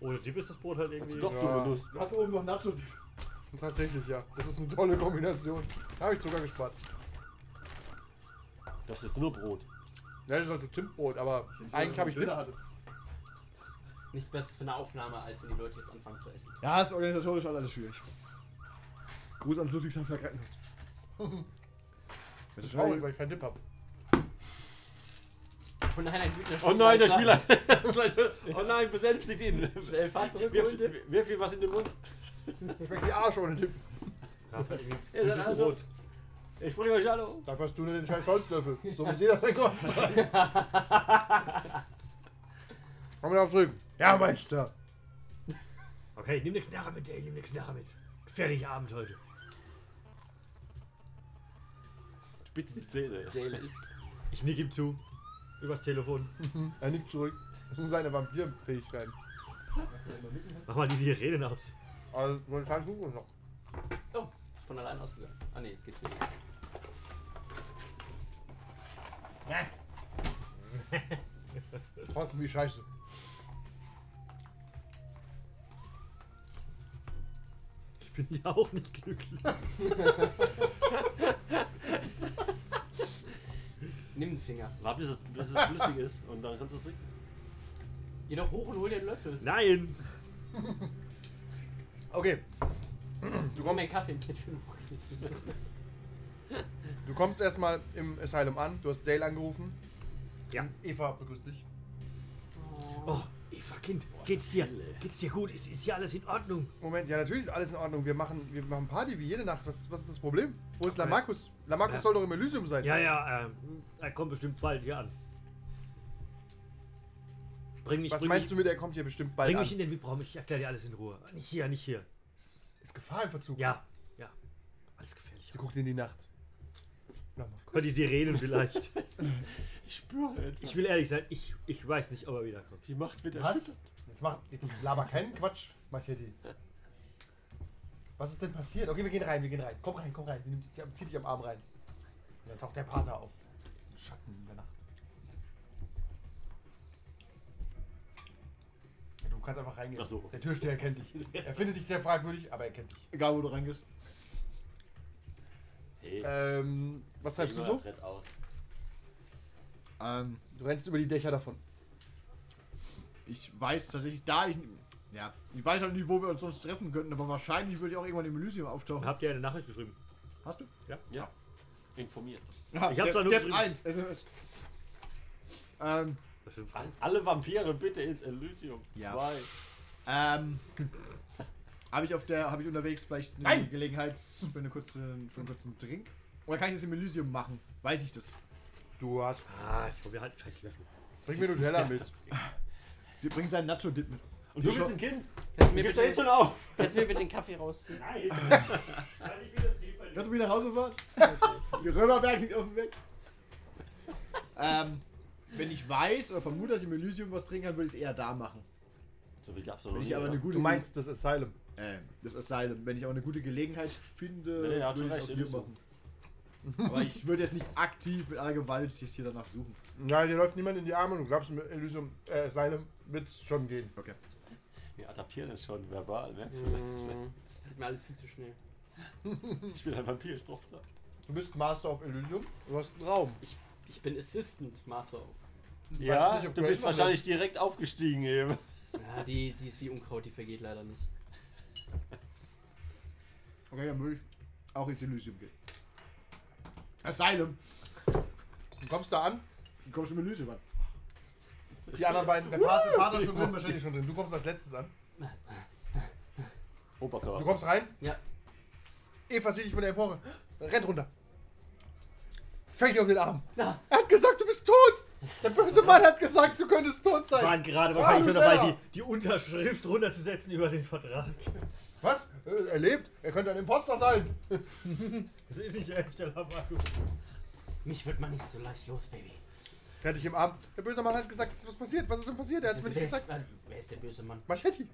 [SPEAKER 4] Ohne Tipp ist das Brot halt irgendwie.
[SPEAKER 7] Doch,
[SPEAKER 2] Ja.
[SPEAKER 7] du Lust.
[SPEAKER 5] Du hast oben noch Nacho.
[SPEAKER 2] Tatsächlich, ja. Das ist eine tolle Kombination. Da habe ich sogar gespart.
[SPEAKER 7] Das ist jetzt nur Brot.
[SPEAKER 2] Ja, das ist halt so Zimtbrot, aber eigentlich habe ich Dip.
[SPEAKER 5] Döner hatte.
[SPEAKER 6] nichts Besseres für eine Aufnahme, als wenn die Leute jetzt anfangen zu essen.
[SPEAKER 5] Ja, ist organisatorisch halt alles schwierig. Gruß ans Ludwigshafener Krankenhaus.
[SPEAKER 2] Das ist traurig, weil ich keinen Dip habe.
[SPEAKER 6] Oh nein, ein wütender
[SPEAKER 7] Oh nein, der Spieler! ist gleich- oh nein, besänftigt ihn!
[SPEAKER 6] Schnell, fahr zurück, hol den
[SPEAKER 7] Wirf, wirf ihm was in den Mund.
[SPEAKER 2] Schmeckt die Arsch ohne Dip.
[SPEAKER 4] halt
[SPEAKER 7] Ihr seid alle tot. also, Ich bringe euch alle um.
[SPEAKER 2] Dafür hast du nur den scheiß Holzlöffel. So wie jeder sein Gott. Komm wieder auf drücken. Ja, Meister.
[SPEAKER 4] Okay, nimm eine Knarre mit, ey, nimm eine Knarre mit. Gefährlicher Abend heute.
[SPEAKER 7] Spitz die Zähne.
[SPEAKER 6] Jail ist.
[SPEAKER 4] Ich nick ihm zu. Übers Telefon.
[SPEAKER 2] Er nickt zurück. Das sind seine Vampirfähigkeiten.
[SPEAKER 4] Mach mal diese Reden aus.
[SPEAKER 2] Also, momentan suchen wir noch.
[SPEAKER 6] Oh, ist von allein ausgegangen. Ah ne, jetzt geht's wieder.
[SPEAKER 2] Trotzdem wie scheiße.
[SPEAKER 4] Ich bin ja auch nicht glücklich.
[SPEAKER 6] Nimm den Finger.
[SPEAKER 7] Warte, bis es, bis es flüssig ist und dann kannst du es trinken.
[SPEAKER 6] Geh doch hoch und hol dir einen Löffel.
[SPEAKER 4] Nein!
[SPEAKER 2] Okay. Du
[SPEAKER 6] Komm,
[SPEAKER 2] kommst,
[SPEAKER 6] mein Kaffee mit für den Buchwissen.
[SPEAKER 2] du kommst erstmal im Asylum an. Du hast Dale angerufen.
[SPEAKER 4] Ja.
[SPEAKER 2] Eva begrüßt dich.
[SPEAKER 4] Oh, Eva Kind, geht's dir? Geht's dir gut? Ist, ist hier alles in Ordnung?
[SPEAKER 2] Moment, ja, natürlich ist alles in Ordnung. Wir machen, wir machen Party wie jede Nacht. Was, was ist das Problem? Wo ist
[SPEAKER 4] Okay.
[SPEAKER 2] Lamarcus? Lamarcus
[SPEAKER 4] Ja.
[SPEAKER 2] soll doch im Elysium sein.
[SPEAKER 4] Ja, ja, ähm, er kommt bestimmt bald hier an. Bring mich,
[SPEAKER 2] Was
[SPEAKER 4] bring
[SPEAKER 2] meinst
[SPEAKER 4] mich,
[SPEAKER 2] du mit, er kommt hier bestimmt bald
[SPEAKER 4] bring
[SPEAKER 2] an?
[SPEAKER 4] mich in den Vibraum, ich erkläre dir alles in Ruhe. Nicht hier, nicht hier.
[SPEAKER 2] ist Gefahr im Verzug.
[SPEAKER 4] Ja, ja. Alles gefährlich.
[SPEAKER 2] Sie guckt in die Nacht. Lamarcus.
[SPEAKER 4] Hör die Sirenen vielleicht.
[SPEAKER 7] Ich spüre etwas.
[SPEAKER 4] Ich will ehrlich sein, ich, ich weiß nicht, ob er wiederkommt.
[SPEAKER 7] Die Macht wird
[SPEAKER 2] Was?
[SPEAKER 7] erschüttert.
[SPEAKER 2] Jetzt, mach, jetzt laber keinen Quatsch, Machetti. Was ist denn passiert? Okay, wir gehen rein, wir gehen rein. Komm rein, komm rein. Sie nimmt dich, am- zieht dich am Arm rein. Und dann taucht der Pater auf. Im Schatten in der Nacht. Du kannst einfach reingehen.
[SPEAKER 7] Ach so.
[SPEAKER 2] Der Türsteher kennt dich. Er findet dich sehr fragwürdig, aber er kennt dich.
[SPEAKER 5] Egal wo du reingehst.
[SPEAKER 7] Hey,
[SPEAKER 2] Ähm, was treibst du so?
[SPEAKER 7] Tritt aus.
[SPEAKER 5] Ähm,
[SPEAKER 2] Du rennst über die Dächer davon.
[SPEAKER 5] ich weiß tatsächlich, da ich. Ja, ich weiß halt nicht, wo wir uns sonst treffen könnten, aber wahrscheinlich würde ich auch irgendwann im Elysium auftauchen.
[SPEAKER 4] Habt ihr eine Nachricht geschrieben?
[SPEAKER 5] Hast du?
[SPEAKER 7] Ja. Informiert.
[SPEAKER 5] Ja,
[SPEAKER 4] Ich hab's doch nur
[SPEAKER 5] Depp
[SPEAKER 4] geschrieben.
[SPEAKER 5] 1, SMS. Ähm,
[SPEAKER 7] An alle Vampire bitte ins Elysium.
[SPEAKER 5] Ja.
[SPEAKER 7] Zwei.
[SPEAKER 5] ähm. Habe ich auf der, habe ich unterwegs vielleicht eine
[SPEAKER 2] Nein!
[SPEAKER 5] Gelegenheit für, eine kurze, für einen kurzen Drink? Oder kann ich das im Elysium machen? Weiß ich das?
[SPEAKER 2] Du hast.
[SPEAKER 4] Ah, ich probier halt einen scheiß Löffel.
[SPEAKER 2] Bring mir Nutella mit.
[SPEAKER 5] Sie bringt seinen Nacho-Dip mit.
[SPEAKER 7] Und du
[SPEAKER 5] Die
[SPEAKER 7] willst
[SPEAKER 5] Scho-
[SPEAKER 7] ein Kind?
[SPEAKER 6] Kannst du
[SPEAKER 7] Mir
[SPEAKER 6] mir
[SPEAKER 7] gibt's ja jetzt
[SPEAKER 6] bitte,
[SPEAKER 7] schon auf.
[SPEAKER 6] kannst du mir bitte den Kaffee rausziehen?
[SPEAKER 4] Nein! Weiß ich, wie das geht bei
[SPEAKER 5] Kannst du mich nach Hause fahren? Die Römerberg liegt auf dem Weg. Ähm, wenn ich weiß oder vermute, dass ich im Elysium was trinken kann, würde ich es eher da machen.
[SPEAKER 7] So viel gab's doch noch
[SPEAKER 5] Wenn
[SPEAKER 7] nie.
[SPEAKER 5] ich aber eine
[SPEAKER 7] oder?
[SPEAKER 5] gute
[SPEAKER 2] Du meinst das Asylum.
[SPEAKER 5] äh, das Asylum, wenn ich aber eine gute Gelegenheit finde,
[SPEAKER 7] Nee, er hat schon
[SPEAKER 5] würde ich es auch
[SPEAKER 7] recht,
[SPEAKER 5] hier
[SPEAKER 7] Elysium.
[SPEAKER 5] machen. Aber ich würde jetzt nicht aktiv mit aller Gewalt jetzt hier danach suchen.
[SPEAKER 2] Nein, dir läuft niemand in die Arme. Du glaubst, im Elysium, äh, Asylum wird's schon gehen.
[SPEAKER 5] Okay.
[SPEAKER 7] Wir adaptieren es schon verbal, merkst
[SPEAKER 4] Mhm.
[SPEAKER 7] du?
[SPEAKER 6] Das geht mir alles viel zu schnell.
[SPEAKER 7] Ich bin ein Vampir, ich brauch das.
[SPEAKER 2] Du bist Master of Elysium. Du hast einen Raum.
[SPEAKER 6] Ich, ich bin Assistant Master.
[SPEAKER 7] Ja,
[SPEAKER 2] nicht, ob
[SPEAKER 7] du
[SPEAKER 2] du
[SPEAKER 7] bist
[SPEAKER 2] Eltern
[SPEAKER 7] wahrscheinlich direkt aufgestiegen eben.
[SPEAKER 6] Ja, die, die ist wie Unkraut, die vergeht leider nicht.
[SPEAKER 5] Okay, dann würde ich auch ins Elysium gehen. Asylum!
[SPEAKER 2] Du kommst da an.
[SPEAKER 5] Du kommst im Elysium an.
[SPEAKER 2] Die anderen beiden, der Pater, Pater ist schon drin, wahrscheinlich schon drin. Du kommst als letztes an.
[SPEAKER 7] Oberkörper.
[SPEAKER 2] Du kommst rein.
[SPEAKER 6] Ja,
[SPEAKER 2] Eva sieht dich von der Empore. Rennt runter. Fängt dir um den Arm. Er hat gesagt, du bist tot. Der böse Mann hat gesagt, du könntest tot sein.
[SPEAKER 4] waren gerade
[SPEAKER 2] Ah,
[SPEAKER 4] wahrscheinlich schon dabei,
[SPEAKER 2] Nutella!
[SPEAKER 4] die, die Unterschrift runterzusetzen über den Vertrag.
[SPEAKER 2] Was? Äh, Er lebt? Er könnte ein Imposter sein.
[SPEAKER 4] Das ist nicht echt, der Labakus.
[SPEAKER 6] mich wird man nicht so leicht los, Baby.
[SPEAKER 2] Er hat dich im Arm. Der böse Mann hat gesagt, es ist was passiert. Was ist denn passiert? Er hat es mir
[SPEAKER 6] Das-
[SPEAKER 2] nicht
[SPEAKER 6] Also wer, ist,
[SPEAKER 2] gesagt.
[SPEAKER 6] also, wer ist der böse Mann?
[SPEAKER 2] Machetti.